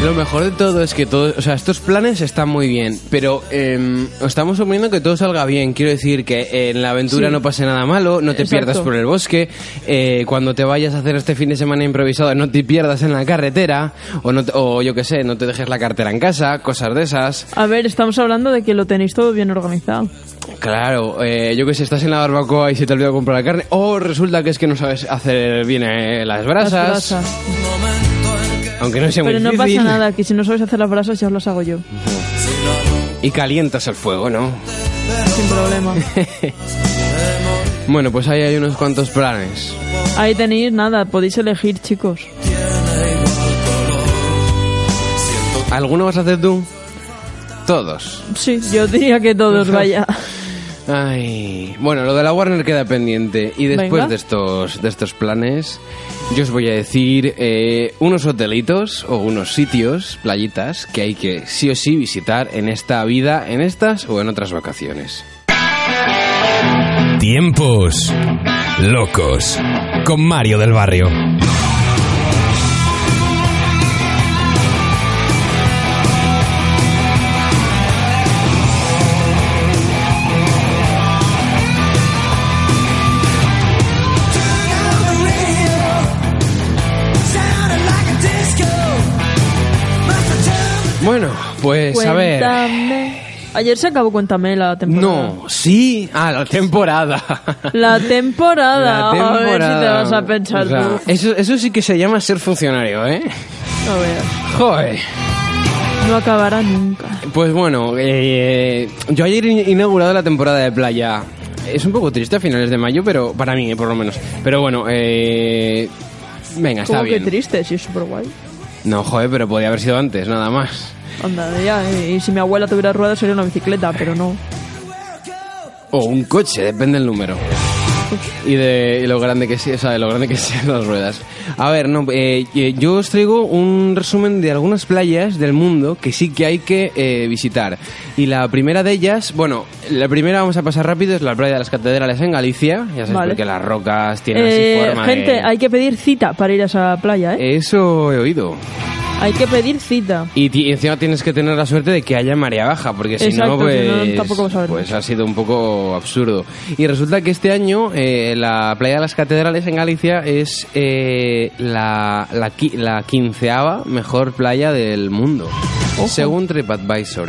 Speaker 1: Lo mejor de todo es que todo, o sea, estos planes están muy bien, pero eh, estamos suponiendo que todo salga bien. Quiero decir que eh, en la aventura
Speaker 3: Sí.
Speaker 1: no pase nada malo, no te
Speaker 3: Exacto.
Speaker 1: pierdas por el bosque, eh, cuando te vayas a hacer este fin de semana improvisado no te pierdas en la carretera, o, no te- o yo qué sé, no te dejes la cartera en casa, cosas de esas.
Speaker 3: A ver, estamos hablando de que lo tenéis todo bien organizado.
Speaker 1: Claro, eh, yo que sé, estás en la barbacoa y se te olvida comprar la carne, o resulta que es que no sabes hacer bien eh, las,
Speaker 3: Las
Speaker 1: brasas,
Speaker 3: brasas.
Speaker 1: aunque no sea
Speaker 3: Pero
Speaker 1: muy
Speaker 3: no
Speaker 1: difícil.
Speaker 3: pasa nada, que si no sabéis hacer las brasas ya os las hago
Speaker 1: (laughs)
Speaker 3: yo,
Speaker 1: Y calientas el fuego, ¿no?
Speaker 3: sin problema.
Speaker 1: Bueno, pues ahí hay unos cuantos planes.
Speaker 3: Ahí tenéis nada, podéis elegir, chicos.
Speaker 1: ¿Alguno vas a hacer tú? Todos.
Speaker 3: Sí, yo diría que todos, vaya.
Speaker 1: Ay, bueno, lo de la Warner queda pendiente. Y después
Speaker 3: Venga.
Speaker 1: de estos de estos planes, yo os voy a decir eh, unos hotelitos o unos sitios, playitas, que hay que sí o sí visitar en esta vida, en estas o en otras vacaciones.
Speaker 2: Tiempos locos con Mario del Barrio.
Speaker 1: Bueno, pues a ver.
Speaker 3: Cuéntame. Ayer se acabó Cuéntame la temporada.
Speaker 1: No, sí, a la temporada.
Speaker 3: La temporada.
Speaker 1: La
Speaker 3: A ver si te
Speaker 1: temporada.
Speaker 3: vas a pensar
Speaker 1: O sea,
Speaker 3: tú.
Speaker 1: Eso, eso sí que se llama ser funcionario, ¿eh?
Speaker 3: No veas.
Speaker 1: Joder.
Speaker 3: No acabará nunca.
Speaker 1: Pues bueno, eh, yo ayer he inaugurado la temporada de playa. Es un poco triste a finales de mayo, pero para mí, eh, por lo menos. Pero bueno, eh, venga, está
Speaker 3: Como que
Speaker 1: bien.
Speaker 3: triste, sí, es súper guay.
Speaker 1: No, joder, pero podía haber sido antes, nada más.
Speaker 3: Anda, ya, y y si mi abuela tuviera ruedas sería una bicicleta, pero no.
Speaker 1: O un coche, depende del número. Y de y lo grande que sea, o sea, de lo grande que sean las ruedas. A ver, no, eh, eh, yo os traigo un resumen de algunas playas del mundo que sí que hay que eh, visitar. Y la primera de ellas, bueno, la primera vamos a pasar rápido, es la playa de las catedrales en Galicia. Ya sabéis
Speaker 3: Vale.
Speaker 1: porque las rocas tienen
Speaker 3: Eh,
Speaker 1: así forma de-
Speaker 3: gente, hay que pedir cita para ir a esa playa, ¿eh?
Speaker 1: Eso he oído.
Speaker 3: Hay que pedir cita.
Speaker 1: Y, ti- y encima tienes que tener la suerte de que haya marea baja, porque si no,
Speaker 3: Exacto,
Speaker 1: pues,
Speaker 3: si no, tampoco vas a ver
Speaker 1: pues
Speaker 3: mucho.
Speaker 1: ha sido un poco absurdo. Y resulta que este año eh, la playa de las catedrales en Galicia es eh, la, la, qui- la quinceava mejor playa del mundo, según TripAdvisor.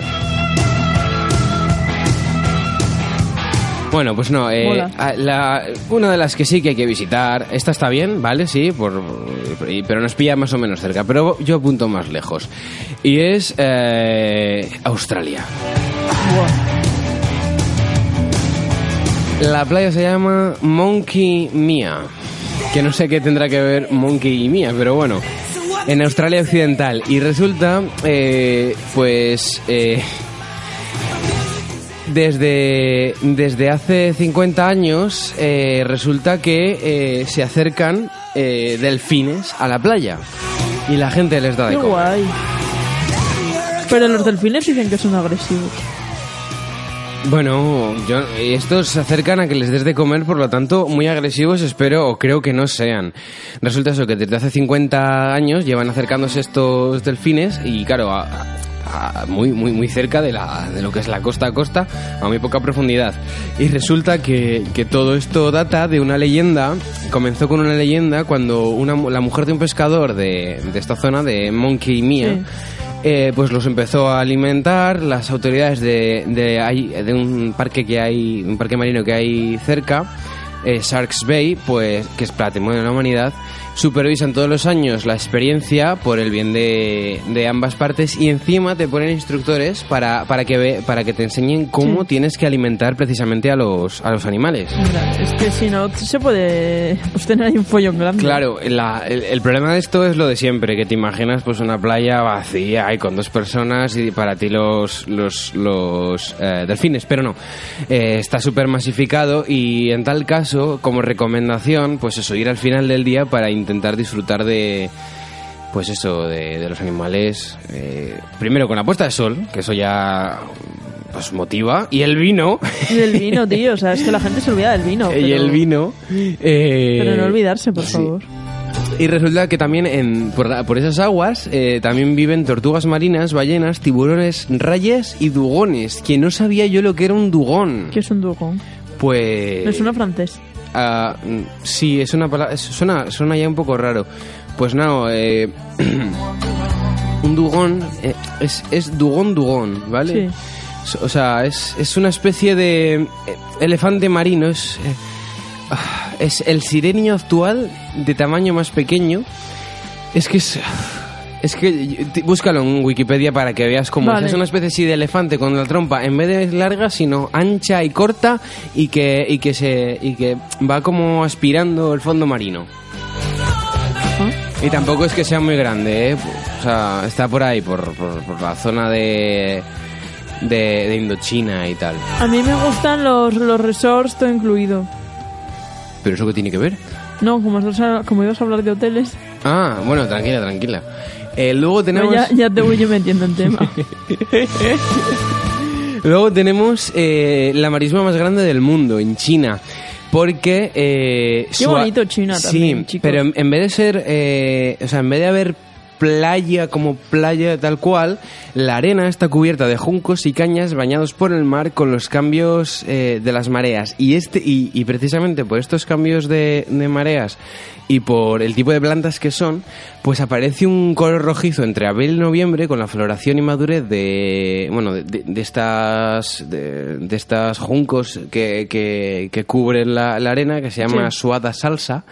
Speaker 1: Bueno, pues no, eh,
Speaker 3: Mola.
Speaker 1: a- la- una de las que sí que hay que visitar, esta está bien, ¿vale? Sí, por, y- pero nos pilla más o menos cerca, pero yo apunto más lejos. Y es eh, Australia. La playa se llama Monkey Mia, que no sé qué tendrá que ver Monkey y Mia, pero bueno, en Australia Occidental. Y resulta, eh, pues... eh, desde, desde hace 50 años eh, resulta que eh, se acercan eh, delfines a la playa y la gente les da de
Speaker 3: Qué
Speaker 1: comer.
Speaker 3: guay. Pero los delfines dicen que son agresivos.
Speaker 1: Bueno, yo, estos se acercan a que les des de comer, por lo tanto, muy agresivos espero o creo que no sean. Resulta eso, que desde hace 50 años llevan acercándose estos delfines y claro, a- a- a- muy, muy, muy cerca de, la, de lo que es la costa a costa, a muy poca profundidad. Y resulta que, que todo esto data de una leyenda, comenzó con una leyenda cuando una, mu- la mujer de un pescador de, de esta zona, de Monkey Mia,
Speaker 3: Sí.
Speaker 1: eh, pues los empezó a alimentar las autoridades de, de, ahí- de un parque que hay, un parque marino que hay cerca, eh, Sharks Bay, pues que es patrimonio de la humanidad, supervisan todos los años la experiencia por el bien de, de ambas partes y encima te ponen instructores para, para que ve, para que te enseñen cómo tienes que alimentar precisamente a los a los animales.
Speaker 3: Mira, es que si no se puede pues, tener ahí un follón grande.
Speaker 1: Claro, la- el, el problema de esto es lo de siempre, que te imaginas pues una playa vacía y con dos personas y para ti los, los, los eh, delfines, pero no, Eh, está súper masificado y en tal caso, como recomendación, pues eso, ir al final del día para intentar disfrutar de... Pues eso, de, de los animales, eh, primero con la puesta de sol, que eso ya pues motiva, y el vino,
Speaker 3: Y del vino, tío. O sea, es que la gente se olvida del vino.
Speaker 1: (laughs) y
Speaker 3: Oh, pero-
Speaker 1: el vino... eh,
Speaker 3: Pero no olvidarse, por
Speaker 1: sí.
Speaker 3: favor.
Speaker 1: Y resulta que también en, por, la- por esas aguas eh, también viven tortugas marinas, ballenas, tiburones, rayas y dugones. Que no sabía yo lo que era un dugón.
Speaker 3: ¿Qué es un dugón?
Speaker 1: Pues...
Speaker 3: Me suena francés.
Speaker 1: ah, mm, sí, es una palabra... Suena, suena ya un poco raro. Pues no, eh, (clears throat) un dugón eh, es, es dugón dugón, ¿vale?
Speaker 3: Sí.
Speaker 1: So- O sea, es, es una especie de eh, elefante marino. Es, eh, ah, es el sirenio actual de tamaño más pequeño. Es que es... Es que y- ti- búscalo en Wikipedia para que veas cómo es.
Speaker 3: Vale.
Speaker 1: es. una especie así de elefante con la trompa en vez de larga, sino ancha y corta y que, y que, se, y que va como aspirando el fondo marino. Y tampoco es que sea muy grande, ¿eh? O sea, está por ahí, por, por- por la zona de, de, de Indochina y tal.
Speaker 3: A mí me gustan los, los resorts, todo incluido.
Speaker 1: ¿Pero eso qué tiene que ver?
Speaker 3: No, como, estás a- como ibas a hablar de hoteles,
Speaker 1: Ah, bueno, tranquila, tranquila. Eh, luego tenemos...
Speaker 3: ya, ya te voy yo metiendo en tema.
Speaker 1: (laughs) Luego tenemos eh, la marisma más grande del mundo, en China. Porque... eh,
Speaker 3: Qué
Speaker 1: su-
Speaker 3: bonito China también,
Speaker 1: Sí,
Speaker 3: chicos.
Speaker 1: pero en, en vez de ser... eh, o sea, en vez de haber playa como playa tal cual, la arena está cubierta de juncos y cañas bañados por el mar con los cambios eh, de las mareas. Y, este, y, y precisamente por estos cambios de, de mareas y por el tipo de plantas que son, pues aparece un color rojizo entre abril y noviembre con la floración y madurez de bueno de, de- de estas de, de estas juncos que, que, que cubren la, la arena que se llama suada salsa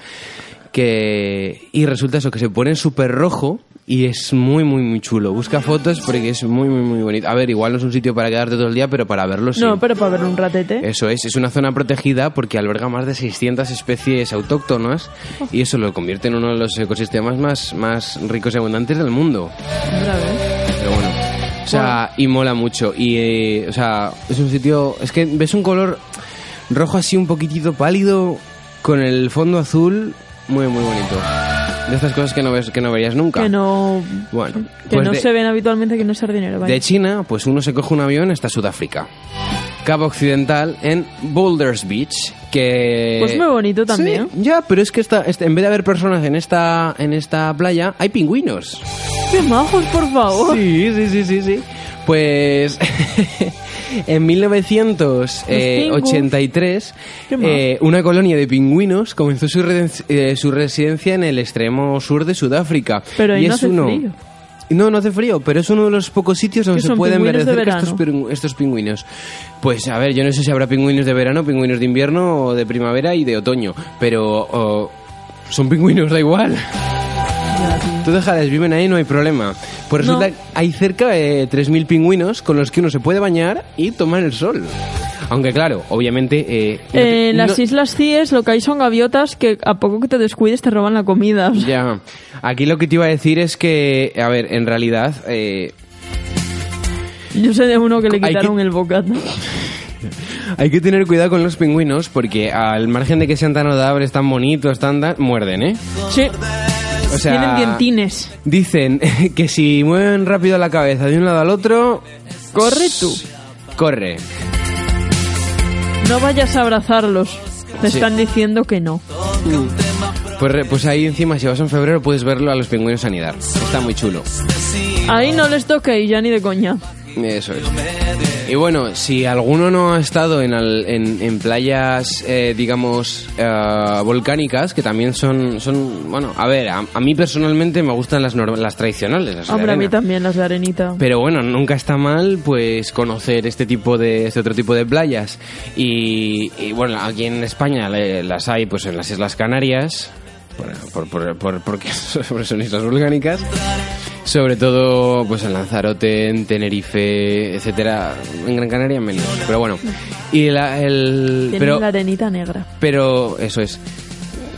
Speaker 1: que y resulta eso que se pone súper rojo y es muy muy muy chulo busca fotos porque es muy muy muy bonito a ver igual no es un sitio para quedarte todo el día pero para verlo sí
Speaker 3: No, pero ¿eh? para ver un ratete.
Speaker 1: eso es, es una zona protegida porque alberga más de 600 especies autóctonas y eso lo convierte en uno de los ecosistemas más, más ricos y abundantes del mundo.
Speaker 3: Mira, a ver.
Speaker 1: Pero bueno, o sea, y mola mucho. Y, eh, o sea, es un sitio. Es que ves un color rojo así un poquitito pálido con el fondo azul, muy, muy bonito. De estas cosas que no, ves, que no verías nunca.
Speaker 3: Que no,
Speaker 1: Bueno,
Speaker 3: que
Speaker 1: pues
Speaker 3: no
Speaker 1: de-
Speaker 3: se ven habitualmente que no es sardinero. vaya.
Speaker 1: de China, pues uno se coge un avión hasta Sudáfrica. Cabo Occidental en Boulders Beach, que...
Speaker 3: Pues muy bonito
Speaker 1: Sí,
Speaker 3: también.
Speaker 1: ya, pero es que esta, esta- en vez de haber personas en esta, en esta playa, hay pingüinos.
Speaker 3: ¡Qué majos, por favor!
Speaker 1: Sí, sí, sí, sí, sí. Pues (laughs) en eh, 1983,
Speaker 3: Qué mal.
Speaker 1: eh, una colonia de pingüinos comenzó su, reden- eh, su residencia en el extremo sur de Sudáfrica.
Speaker 3: Pero ahí
Speaker 1: Y
Speaker 3: no
Speaker 1: es
Speaker 3: hace
Speaker 1: uno-
Speaker 3: frío.
Speaker 1: No, no hace frío, pero es uno de los pocos sitios donde
Speaker 3: ¿Qué
Speaker 1: se
Speaker 3: son,
Speaker 1: pueden ver de
Speaker 3: pingüinos de
Speaker 1: cerca estos, pingü- estos pingüinos. Pues a ver, yo no sé si habrá pingüinos de verano, pingüinos de invierno, o de primavera y de otoño, pero oh, son pingüinos, da igual. Tú déjales, viven ahí, no hay problema. Pues
Speaker 3: No.
Speaker 1: resulta que hay cerca de 3.000 pingüinos con los que uno se puede bañar y tomar el sol. Aunque claro, obviamente... eh, no
Speaker 3: Eh,
Speaker 1: te-
Speaker 3: en las
Speaker 1: no-
Speaker 3: Islas Cíes lo que hay son gaviotas que a poco que te descuides te roban la comida. (laughs) o sea.
Speaker 1: Ya, aquí lo que te iba a decir es que, a ver, en realidad... eh,
Speaker 3: Yo sé de uno que le
Speaker 1: Hay que-
Speaker 3: quitaron
Speaker 1: (laughs)
Speaker 3: el bocata.
Speaker 1: Hay que tener cuidado con los pingüinos porque al margen de que sean tan agradables, tan bonitos, tan tan- muerden, ¿eh?
Speaker 3: Sí,
Speaker 1: O sea,
Speaker 3: tienen dientines.
Speaker 1: Dicen (laughs) que si mueven rápido la cabeza de un lado al otro,
Speaker 3: Corre tú.
Speaker 1: corre.
Speaker 3: No vayas a abrazarlos. Te
Speaker 1: Sí.
Speaker 3: están diciendo que no.
Speaker 1: Pues, re- pues ahí encima, si vas en febrero, puedes verlo a los pingüinos anidar. Está muy chulo.
Speaker 3: Ahí no les toquéis ya ni de coña.
Speaker 1: Eso es. Y bueno, si alguno no ha estado en, al- en, en playas, eh, digamos, eh, volcánicas, que también son, son bueno, a ver, a, a mí personalmente me gustan las, norm- las tradicionales. Las de
Speaker 3: Hombre, a mí
Speaker 1: arena.
Speaker 3: también las de arenita.
Speaker 1: Pero bueno, nunca está mal pues conocer este tipo de este otro tipo de playas y, y, bueno, aquí en España le- las hay pues en las Islas Canarias por, por- por- por- porque (laughs) son islas volcánicas, sobre todo pues en Lanzarote, en Tenerife, etcétera, en Gran Canaria menos, pero bueno. Y la- el
Speaker 3: Tienen
Speaker 1: pero
Speaker 3: la arenita negra.
Speaker 1: pero eso es.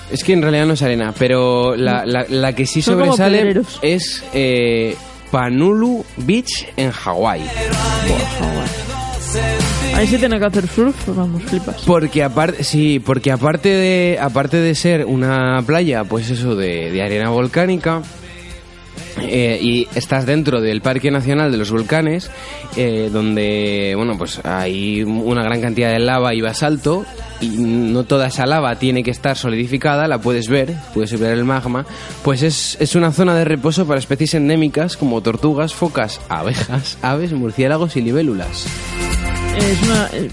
Speaker 1: Es que en realidad no es arena, pero la, la- la que sí
Speaker 3: Mm. Son como
Speaker 1: sobresale
Speaker 3: pedreros.
Speaker 1: es eh, Panulu Beach en Hawái.
Speaker 3: Oh, Ahí sí tiene que hacer surf, vamos, flipas.
Speaker 1: Porque aparte, sí, porque aparte de, aparte de ser una playa, pues eso, de, de arena volcánica, eh, y estás dentro del Parque Nacional de los Volcanes, eh, donde, bueno, pues hay una gran cantidad de lava y basalto, y no toda esa lava tiene que estar solidificada, la puedes ver, puedes ver el magma, pues es, es una zona de reposo para especies endémicas como tortugas, focas, abejas, aves, murciélagos y libélulas.
Speaker 3: Es una... eh,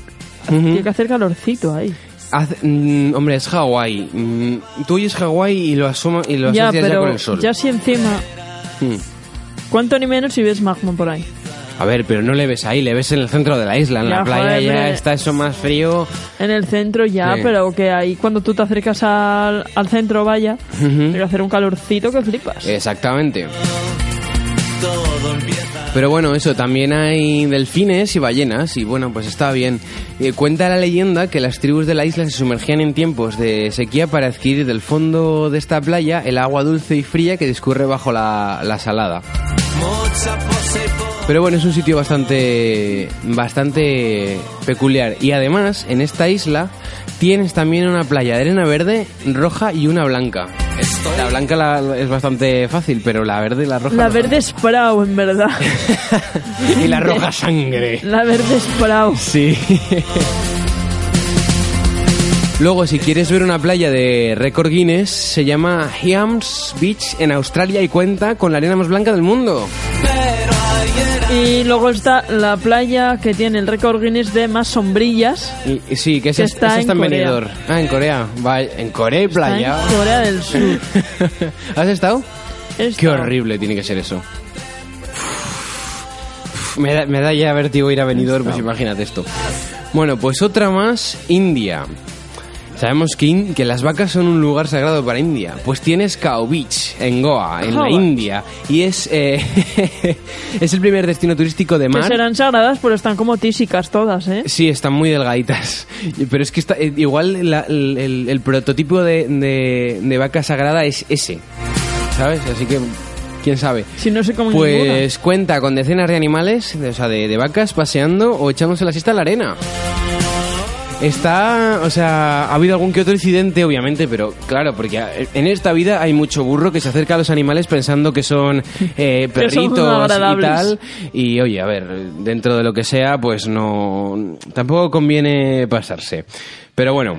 Speaker 3: Tiene que hacer calorcito ahí.
Speaker 1: Hace- mm, hombre, es Hawái. Mm, tú oyes Hawái y lo, asoma, y lo
Speaker 3: ya,
Speaker 1: asocias ya
Speaker 3: pero
Speaker 1: con el sol.
Speaker 3: ya si encima...
Speaker 1: Mm.
Speaker 3: Cuanto ni menos si ves magma por ahí.
Speaker 1: A ver, pero no le ves ahí, le ves en el centro de la isla, en
Speaker 3: Ya,
Speaker 1: la playa
Speaker 3: joder,
Speaker 1: ya
Speaker 3: hombre.
Speaker 1: está eso más frío.
Speaker 3: En el centro ya,
Speaker 1: Sí.
Speaker 3: pero que ahí cuando tú te acercas al, al centro, vaya, tiene que hacer un calorcito que flipas.
Speaker 1: Exactamente. Pero bueno, eso, también hay delfines y ballenas, y bueno, pues está bien. Eh, cuenta la leyenda que las tribus de la isla se sumergían en tiempos de sequía para adquirir del fondo de esta playa el agua dulce y fría que discurre bajo la, la salada. Pero bueno, es un sitio bastante, bastante peculiar. Y además, en esta isla tienes también una playa de arena verde, roja y una blanca. La blanca la- es bastante fácil, pero la verde y la roja.
Speaker 3: La
Speaker 1: no.
Speaker 3: verde es Prau, en verdad.
Speaker 1: (laughs) y la roja sangre.
Speaker 3: La verde es Prau.
Speaker 1: Sí. Luego, si quieres ver una playa de récord Guinness, se llama Hiams Beach en Australia y cuenta con la arena más blanca del mundo.
Speaker 3: Y luego está la playa que tiene el récord Guinness de más sombrillas.
Speaker 1: Y- y sí, que esa,
Speaker 3: Que está
Speaker 1: esa
Speaker 3: en
Speaker 1: está en
Speaker 3: Corea.
Speaker 1: Benidorm. Ah, en Corea. Vaya, en Corea y
Speaker 3: Está
Speaker 1: playa.
Speaker 3: En ¿Eh? Corea del Sur.
Speaker 1: (laughs) ¿Has estado?
Speaker 3: Está-
Speaker 1: Qué horrible tiene que ser eso. Me da, me da ya vértigo ir a Benidorm, pues imagínate esto. Bueno, pues otra más, India. Sabemos que, in- que las vacas son un lugar sagrado para India. Pues tienes Cow Beach en Goa, en la
Speaker 3: Goa.
Speaker 1: India. Y es, eh, (laughs) es el primer destino turístico de
Speaker 3: Que
Speaker 1: mar.
Speaker 3: serán sagradas, pero están como tísicas todas, ¿eh?
Speaker 1: Sí, están muy delgaditas. Pero es que está, eh, igual la- el, el- el prototipo de, de- de vaca sagrada es ese. ¿Sabes? Así que, quién sabe.
Speaker 3: Si no se comen ninguna.
Speaker 1: Pues cuenta con decenas de animales, de- o sea, de, de vacas paseando o echándose la siesta en la arena. Está, o sea, ha habido algún que otro incidente, obviamente, pero claro, porque a- en esta vida hay mucho burro que se acerca a los animales pensando que
Speaker 3: (laughs)
Speaker 1: son eh,
Speaker 3: Que son
Speaker 1: perritos y
Speaker 3: agradables.
Speaker 1: tal. Y oye, a ver, dentro de lo que sea, pues no. Tampoco conviene pasarse. Pero bueno,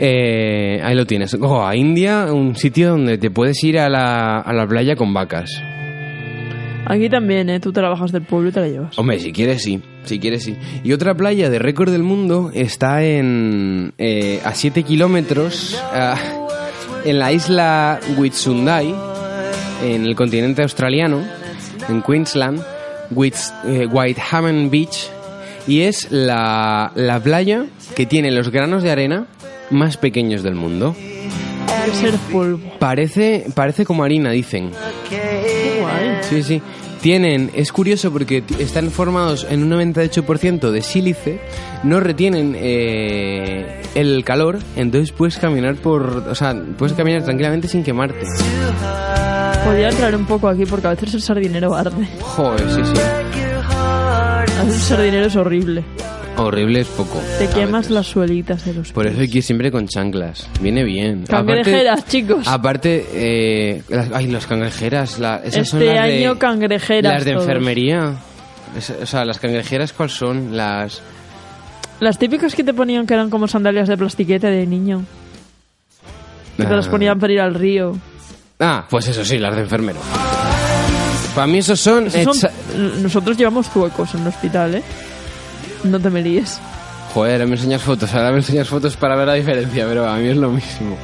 Speaker 1: eh, ahí lo tienes. Goa, India, un sitio donde te puedes ir a la, a la playa con vacas.
Speaker 3: Aquí también, ¿eh? Tú trabajas del pueblo y te la llevas.
Speaker 1: Hombre, si quieres sí, si quieres sí. Y otra playa de récord del mundo está en eh, a 7 kilómetros ah, en la isla Whitsunday, en el continente australiano, en Queensland, Whits- eh, Whitehaven Beach, y es la, la playa que tiene los granos de arena más pequeños del mundo.
Speaker 3: Debe ser polvo.
Speaker 1: Parece, parece como harina, dicen.
Speaker 3: Qué guay.
Speaker 1: Sí, sí. Tienen, es curioso porque t- están formados en un 98% de sílice, no retienen eh, el calor, entonces puedes caminar por, o sea, puedes caminar tranquilamente sin quemarte.
Speaker 3: Podría traer un poco aquí porque a veces el sardinero arde.
Speaker 1: Joder, sí, sí.
Speaker 3: A veces el sardinero es horrible.
Speaker 1: Horrible es poco.
Speaker 3: Te
Speaker 1: a
Speaker 3: quemas
Speaker 1: veces.
Speaker 3: las suelitas de los
Speaker 1: Por eso hay
Speaker 3: pies.
Speaker 1: que ir siempre con chanclas. Viene bien.
Speaker 3: Cangrejeras, chicos.
Speaker 1: Aparte, eh, las, ay, las cangrejeras, la- esas son
Speaker 3: Este
Speaker 1: las de-
Speaker 3: año cangrejeras
Speaker 1: Las de
Speaker 3: todos.
Speaker 1: enfermería. Es- o sea, las cangrejeras, ¿cuáles son? Las...
Speaker 3: Las típicas que te ponían que eran como sandalias de plastiquete de niño. Que te las
Speaker 1: Ah.
Speaker 3: ponían para ir al río.
Speaker 1: Ah, pues eso sí, las de enfermero. Para mí esos son...
Speaker 3: Esos son-
Speaker 1: echa-
Speaker 3: Nosotros llevamos zuecos en el hospital, ¿eh? No te me líes.
Speaker 1: Joder, ahora me enseñas fotos, ahora me enseñas fotos para ver la diferencia, pero a mí es lo mismo.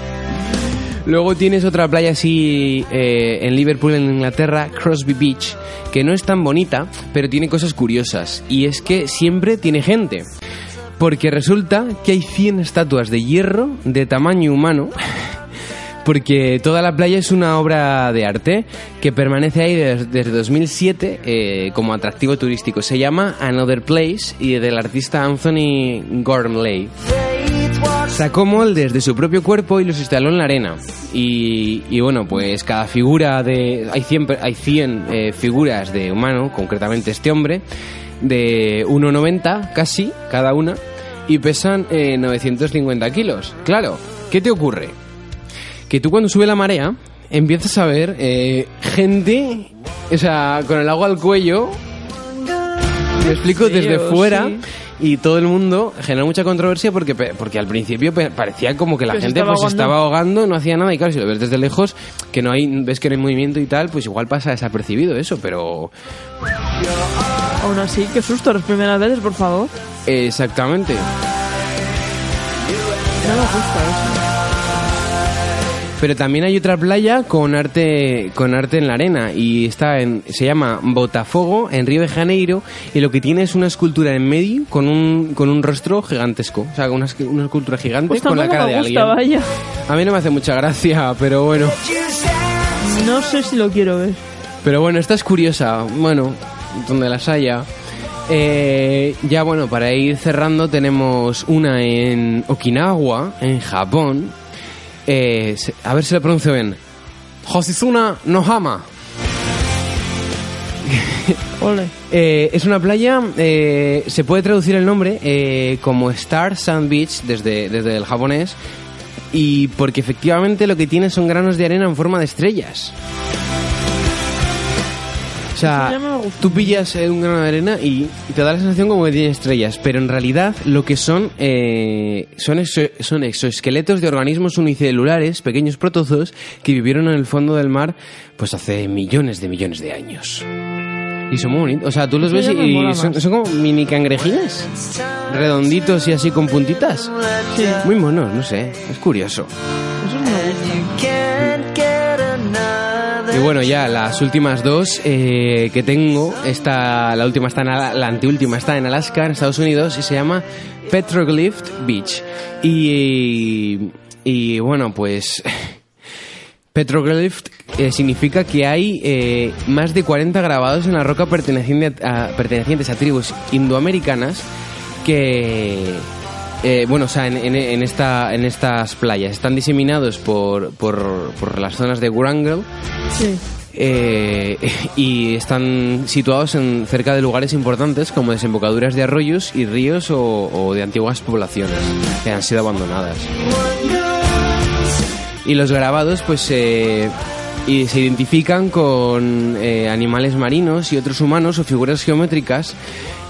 Speaker 1: Luego tienes otra playa así eh, en Liverpool, en Inglaterra, Crosby Beach, que no es tan bonita, pero tiene cosas curiosas. Y es que siempre tiene gente. Porque resulta que hay 100 estatuas de hierro de tamaño humano porque toda la playa es una obra de arte que permanece ahí des- desde 2007 eh, como atractivo turístico. Se llama Another Place y del artista Anthony Gormley. Sacó moldes de su propio cuerpo y los instaló en la arena. Y, y bueno, pues cada figura de... Hay 100, pe- hay 100 eh, figuras de humano, concretamente este hombre, de 1,90 casi cada una, y pesan eh, 950 kilos. Claro, ¿qué te ocurre? que tú cuando sube la marea empiezas a ver eh, gente, o sea, con el agua al cuello, me explico,
Speaker 3: Sí,
Speaker 1: desde
Speaker 3: o
Speaker 1: fuera.
Speaker 3: sí.
Speaker 1: Y todo el mundo generó mucha controversia porque, pe- porque al principio pe- parecía como que la
Speaker 3: Que se
Speaker 1: gente
Speaker 3: estaba
Speaker 1: pues, se
Speaker 3: ahogando.
Speaker 1: estaba ahogando, no hacía nada. Y claro, si lo ves desde lejos, que no hay, ves que no hay movimiento y tal, pues igual pasa desapercibido eso. Pero
Speaker 3: Aún así, qué susto las primeras veces, por favor.
Speaker 1: eh, exactamente.
Speaker 3: No me gusta eso.
Speaker 1: Pero también hay otra playa con arte con arte en la arena y está en se llama Botafogo en Río de Janeiro y lo que tiene es una escultura en medio con un con un rostro gigantesco, o sea, una, escu- una escultura gigante
Speaker 3: Pues
Speaker 1: con la
Speaker 3: tampoco
Speaker 1: cara
Speaker 3: me
Speaker 1: de
Speaker 3: gusta,
Speaker 1: alguien.
Speaker 3: vaya.
Speaker 1: A mí no me hace mucha gracia, pero bueno.
Speaker 3: No sé si lo quiero ver.
Speaker 1: Pero bueno, esta es curiosa. Bueno, donde las haya. Eh, ya bueno, para ir cerrando tenemos una en Okinawa, en Japón. Eh, se- a ver si la pronuncio bien. Hosizuna no Hama.
Speaker 3: Ole.
Speaker 1: Eh, es una playa, eh, se puede traducir el nombre eh, como Star Sand Beach desde, desde el japonés, y porque efectivamente lo que tiene son granos de arena en forma de estrellas. O
Speaker 3: Eso
Speaker 1: sea,
Speaker 3: ya me gusta.
Speaker 1: tú pillas eh, un grano de arena y y te da la sensación como que tiene estrellas, pero en realidad lo que son eh, son, exo- son exoesqueletos de organismos unicelulares, pequeños protozoos, que vivieron en el fondo del mar pues hace millones de millones de años. Y son muy bonitos. O sea, tú los
Speaker 3: Eso
Speaker 1: ves
Speaker 3: ya me
Speaker 1: y
Speaker 3: mola
Speaker 1: son,
Speaker 3: más.
Speaker 1: son como mini cangrejines. Redonditos y así con puntitas.
Speaker 3: Sí.
Speaker 1: Muy monos, no sé. Es curioso.
Speaker 3: Eso me gusta.
Speaker 1: Y bueno, ya las últimas dos eh, que tengo, esta, la última está en Ala- la anteúltima está en Alaska, en Estados Unidos, y se llama Petroglyph Beach. Y, y bueno, pues (laughs) Petroglyph eh, significa que hay eh, más de 40 grabados en la roca perteneciente a, pertenecientes a tribus indoamericanas que... eh, bueno, o sea, en, en- en esta, en estas playas están diseminados por, por, por las zonas de Wrangell
Speaker 3: Sí.
Speaker 1: eh, (laughs) y están situados en, cerca de lugares importantes como desembocaduras de arroyos y ríos o, o de antiguas poblaciones que han sido abandonadas. Y los grabados pues eh, y se identifican con eh, animales marinos y otros humanos o figuras geométricas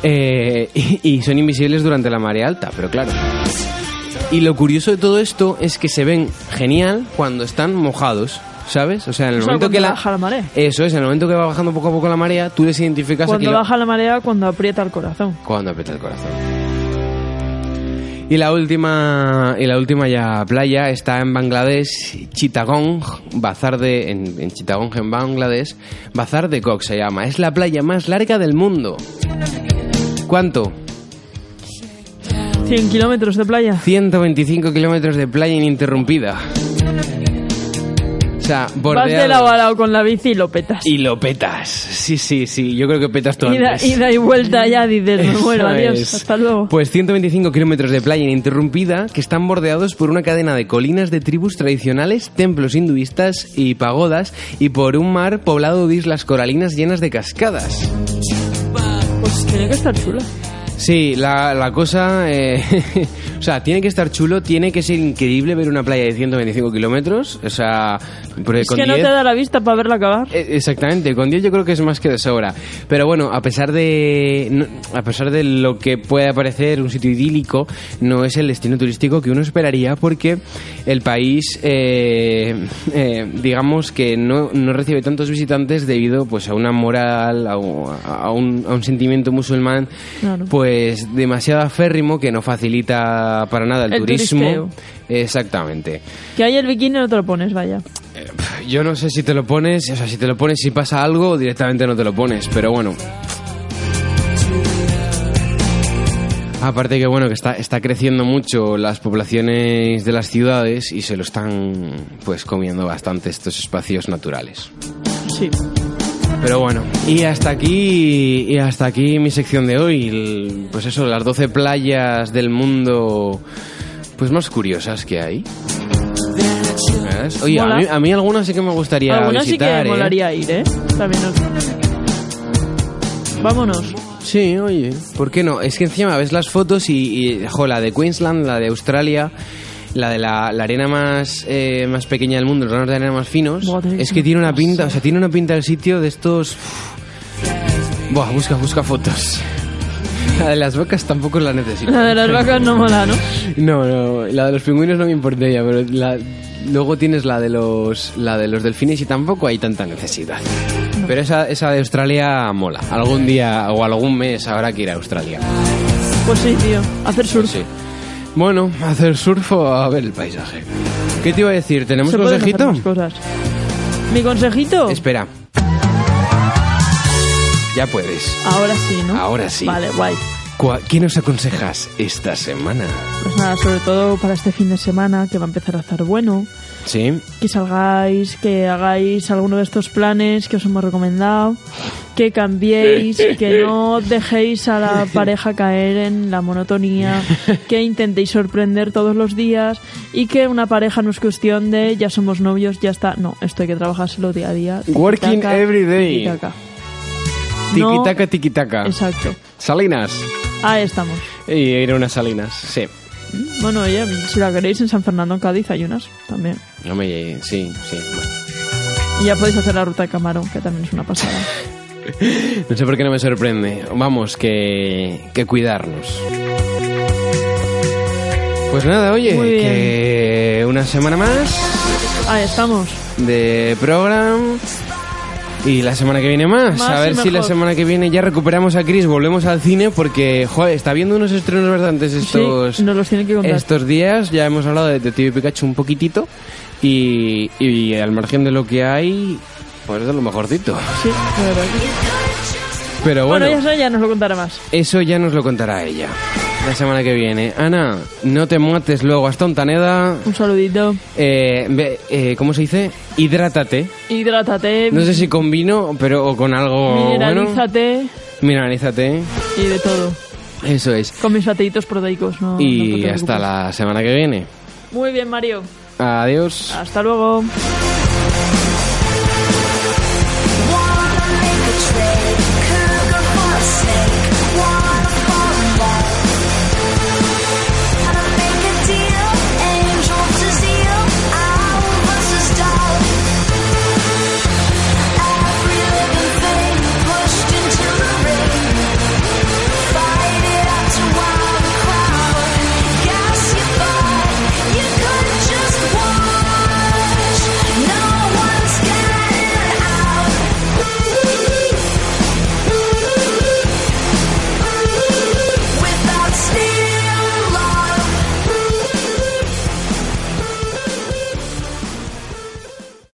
Speaker 1: eh, (laughs) y- y son invisibles durante la marea alta, pero claro. Y lo curioso de todo esto es que se ven genial cuando están mojados, ¿sabes? O sea, en el
Speaker 3: O sea,
Speaker 1: momento
Speaker 3: cuando
Speaker 1: que la...
Speaker 3: baja la marea.
Speaker 1: Eso es, en el momento que va bajando poco a poco la marea, tú les identificas a
Speaker 3: Cuando
Speaker 1: kilo-
Speaker 3: baja la marea, cuando aprieta el corazón.
Speaker 1: cuando aprieta el corazón. Y la última, y la última ya playa está en Bangladesh, Chittagong, bazar de, en, en Chittagong, en Bangladesh, bazar de Cox se llama. Es la playa más larga del mundo. ¿Cuánto?
Speaker 3: 100 kilómetros de playa.
Speaker 1: 125 kilómetros de playa ininterrumpida. O sea,
Speaker 3: Vas de
Speaker 1: bordeado-
Speaker 3: lado a lado con la bici y lo petas.
Speaker 1: Y lo petas. Sí, sí, sí. Yo creo que petas tú
Speaker 3: Ida,
Speaker 1: antes.
Speaker 3: ida y vuelta ya, (laughs) dices, me
Speaker 1: Eso
Speaker 3: muero, adiós,
Speaker 1: es.
Speaker 3: hasta luego.
Speaker 1: Pues 125 kilómetros de playa ininterrumpida que están bordeados por una cadena de colinas de tribus tradicionales, templos hinduistas y pagodas y por un mar poblado de islas coralinas llenas de cascadas.
Speaker 3: Pues tiene que estar chula.
Speaker 1: Sí, la, la cosa... eh, (laughs) o sea, tiene que estar chulo, tiene que ser increíble ver una playa de 125 kilómetros. O sea, porque
Speaker 3: Es
Speaker 1: con
Speaker 3: que no te
Speaker 1: 10
Speaker 3: da la vista para verla acabar.
Speaker 1: Eh, Exactamente, con 10 yo creo que es más que de sobra. Pero bueno, a pesar de no- a pesar de lo que pueda parecer un sitio idílico, no es el destino turístico que uno esperaría porque el país, eh, eh, digamos que no, no recibe tantos visitantes debido pues a una moral, a, un- a un, a un sentimiento musulmán,
Speaker 3: Claro.
Speaker 1: pues demasiado aférrimo que no facilita para nada el,
Speaker 3: El
Speaker 1: turismo.
Speaker 3: turisteo.
Speaker 1: Exactamente.
Speaker 3: Que hay el bikini no te lo pones, vaya.
Speaker 1: Yo no sé si te lo pones, o sea, si te lo pones, si pasa algo, directamente no te lo pones, pero bueno. Aparte que bueno, que está, está creciendo mucho las poblaciones de las ciudades y se lo están pues comiendo bastante estos espacios naturales.
Speaker 3: Sí.
Speaker 1: Pero bueno, y hasta aquí y hasta aquí mi sección de hoy, El- pues eso, las 12 playas del mundo pues más curiosas que hay. ¿Ves? Oye, a
Speaker 3: Mola.
Speaker 1: mí, a mí algunas sí que me gustaría
Speaker 3: Algunas sí
Speaker 1: visitar.
Speaker 3: que
Speaker 1: ¿eh?
Speaker 3: molaría ir, ¿eh? También os- Vámonos.
Speaker 1: Sí, oye, ¿por qué no? Es que encima ves las fotos y, y, jo, la de Queensland, la de Australia, la de la, la arena más, eh, más pequeña del mundo, los granos de arena más finos,
Speaker 3: Buah, tiene que
Speaker 1: es
Speaker 3: ser
Speaker 1: que
Speaker 3: una
Speaker 1: tiene una pinta, o sea, tiene una pinta el sitio de estos... Buah, busca, busca fotos. La de las vacas tampoco la necesito.
Speaker 3: La de las vacas no mola, ¿no?
Speaker 1: No, no, la de los pingüinos no me importa ya, pero la- luego tienes la de los la de los delfines y tampoco hay tanta necesidad. Pero esa, esa de Australia mola. Algún día o algún mes habrá que ir a Australia.
Speaker 3: Pues sí, tío. Hacer surf.
Speaker 1: Sí. Bueno, hacer surf o a ver el paisaje. ¿Qué te iba a decir? ¿Tenemos
Speaker 3: Se pueden hacer
Speaker 1: consejito?
Speaker 3: más cosas. ¿Mi consejito?
Speaker 1: Espera. Ya puedes.
Speaker 3: Ahora sí, ¿no?
Speaker 1: Ahora sí.
Speaker 3: Vale, guay.
Speaker 1: Cua- ¿Qué nos aconsejas esta semana?
Speaker 3: Pues nada, sobre todo para este fin de semana que va a empezar a estar bueno.
Speaker 1: Sí.
Speaker 3: que salgáis, que hagáis alguno de estos planes que os hemos recomendado, que cambiéis, que no dejéis
Speaker 1: (laughs)
Speaker 3: a la pareja caer en la monotonía, que intentéis sorprender todos los días y que una pareja no es cuestión de ya somos novios, ya está. No, esto hay que trabajárselo día a día.
Speaker 1: Working every day.
Speaker 3: tiquitaca. No-
Speaker 1: Tiki-taka, tiki-taka.
Speaker 3: Exacto.
Speaker 1: Salinas.
Speaker 3: Ahí estamos.
Speaker 1: Y era unas salinas, sí.
Speaker 3: Bueno, oye, si la queréis en San Fernando, en Cádiz, hay unas también.
Speaker 1: No me... Sí, sí.
Speaker 3: Y ya podéis hacer la ruta de Camarón, que también es una pasada.
Speaker 1: No sé por qué no me sorprende. Vamos, que, que cuidarnos. Pues nada, oye,
Speaker 3: Muy bien.
Speaker 1: que una semana más
Speaker 3: Ahí estamos.
Speaker 1: de program. Y la semana que viene más.
Speaker 3: Más
Speaker 1: a
Speaker 3: y
Speaker 1: ver si la
Speaker 3: mejor.
Speaker 1: semana que viene ya recuperamos a Chris, volvemos al cine porque, joder, está viendo unos estrenos bastantes estos,
Speaker 3: sí, nos los tiene que contar.
Speaker 1: estos días. Ya hemos hablado de Detective Pikachu un poquitito. Y, y al margen de lo que hay, pues de lo mejorcito.
Speaker 3: Sí, la verdad que sí.
Speaker 1: Pero
Speaker 3: Bueno,
Speaker 1: bueno.
Speaker 3: ya eso ya nos lo contará más.
Speaker 1: Eso ya nos lo contará ella la semana que viene. Ana, no te mates luego hasta Ontaneda.
Speaker 3: Un saludito.
Speaker 1: Eh, ve- eh, ¿Cómo se dice? Hidrátate.
Speaker 3: Hidrátate,
Speaker 1: No sé si con vino, pero o con algo bueno.
Speaker 3: mineralízate
Speaker 1: Mineralízate.
Speaker 3: y de todo.
Speaker 1: Eso es.
Speaker 3: Con mis fateitos proteicos, ¿no? no
Speaker 1: Y
Speaker 3: te
Speaker 1: hasta
Speaker 3: preocupes.
Speaker 1: la semana que viene.
Speaker 3: Muy bien, Mario.
Speaker 1: Adiós.
Speaker 3: Hasta luego.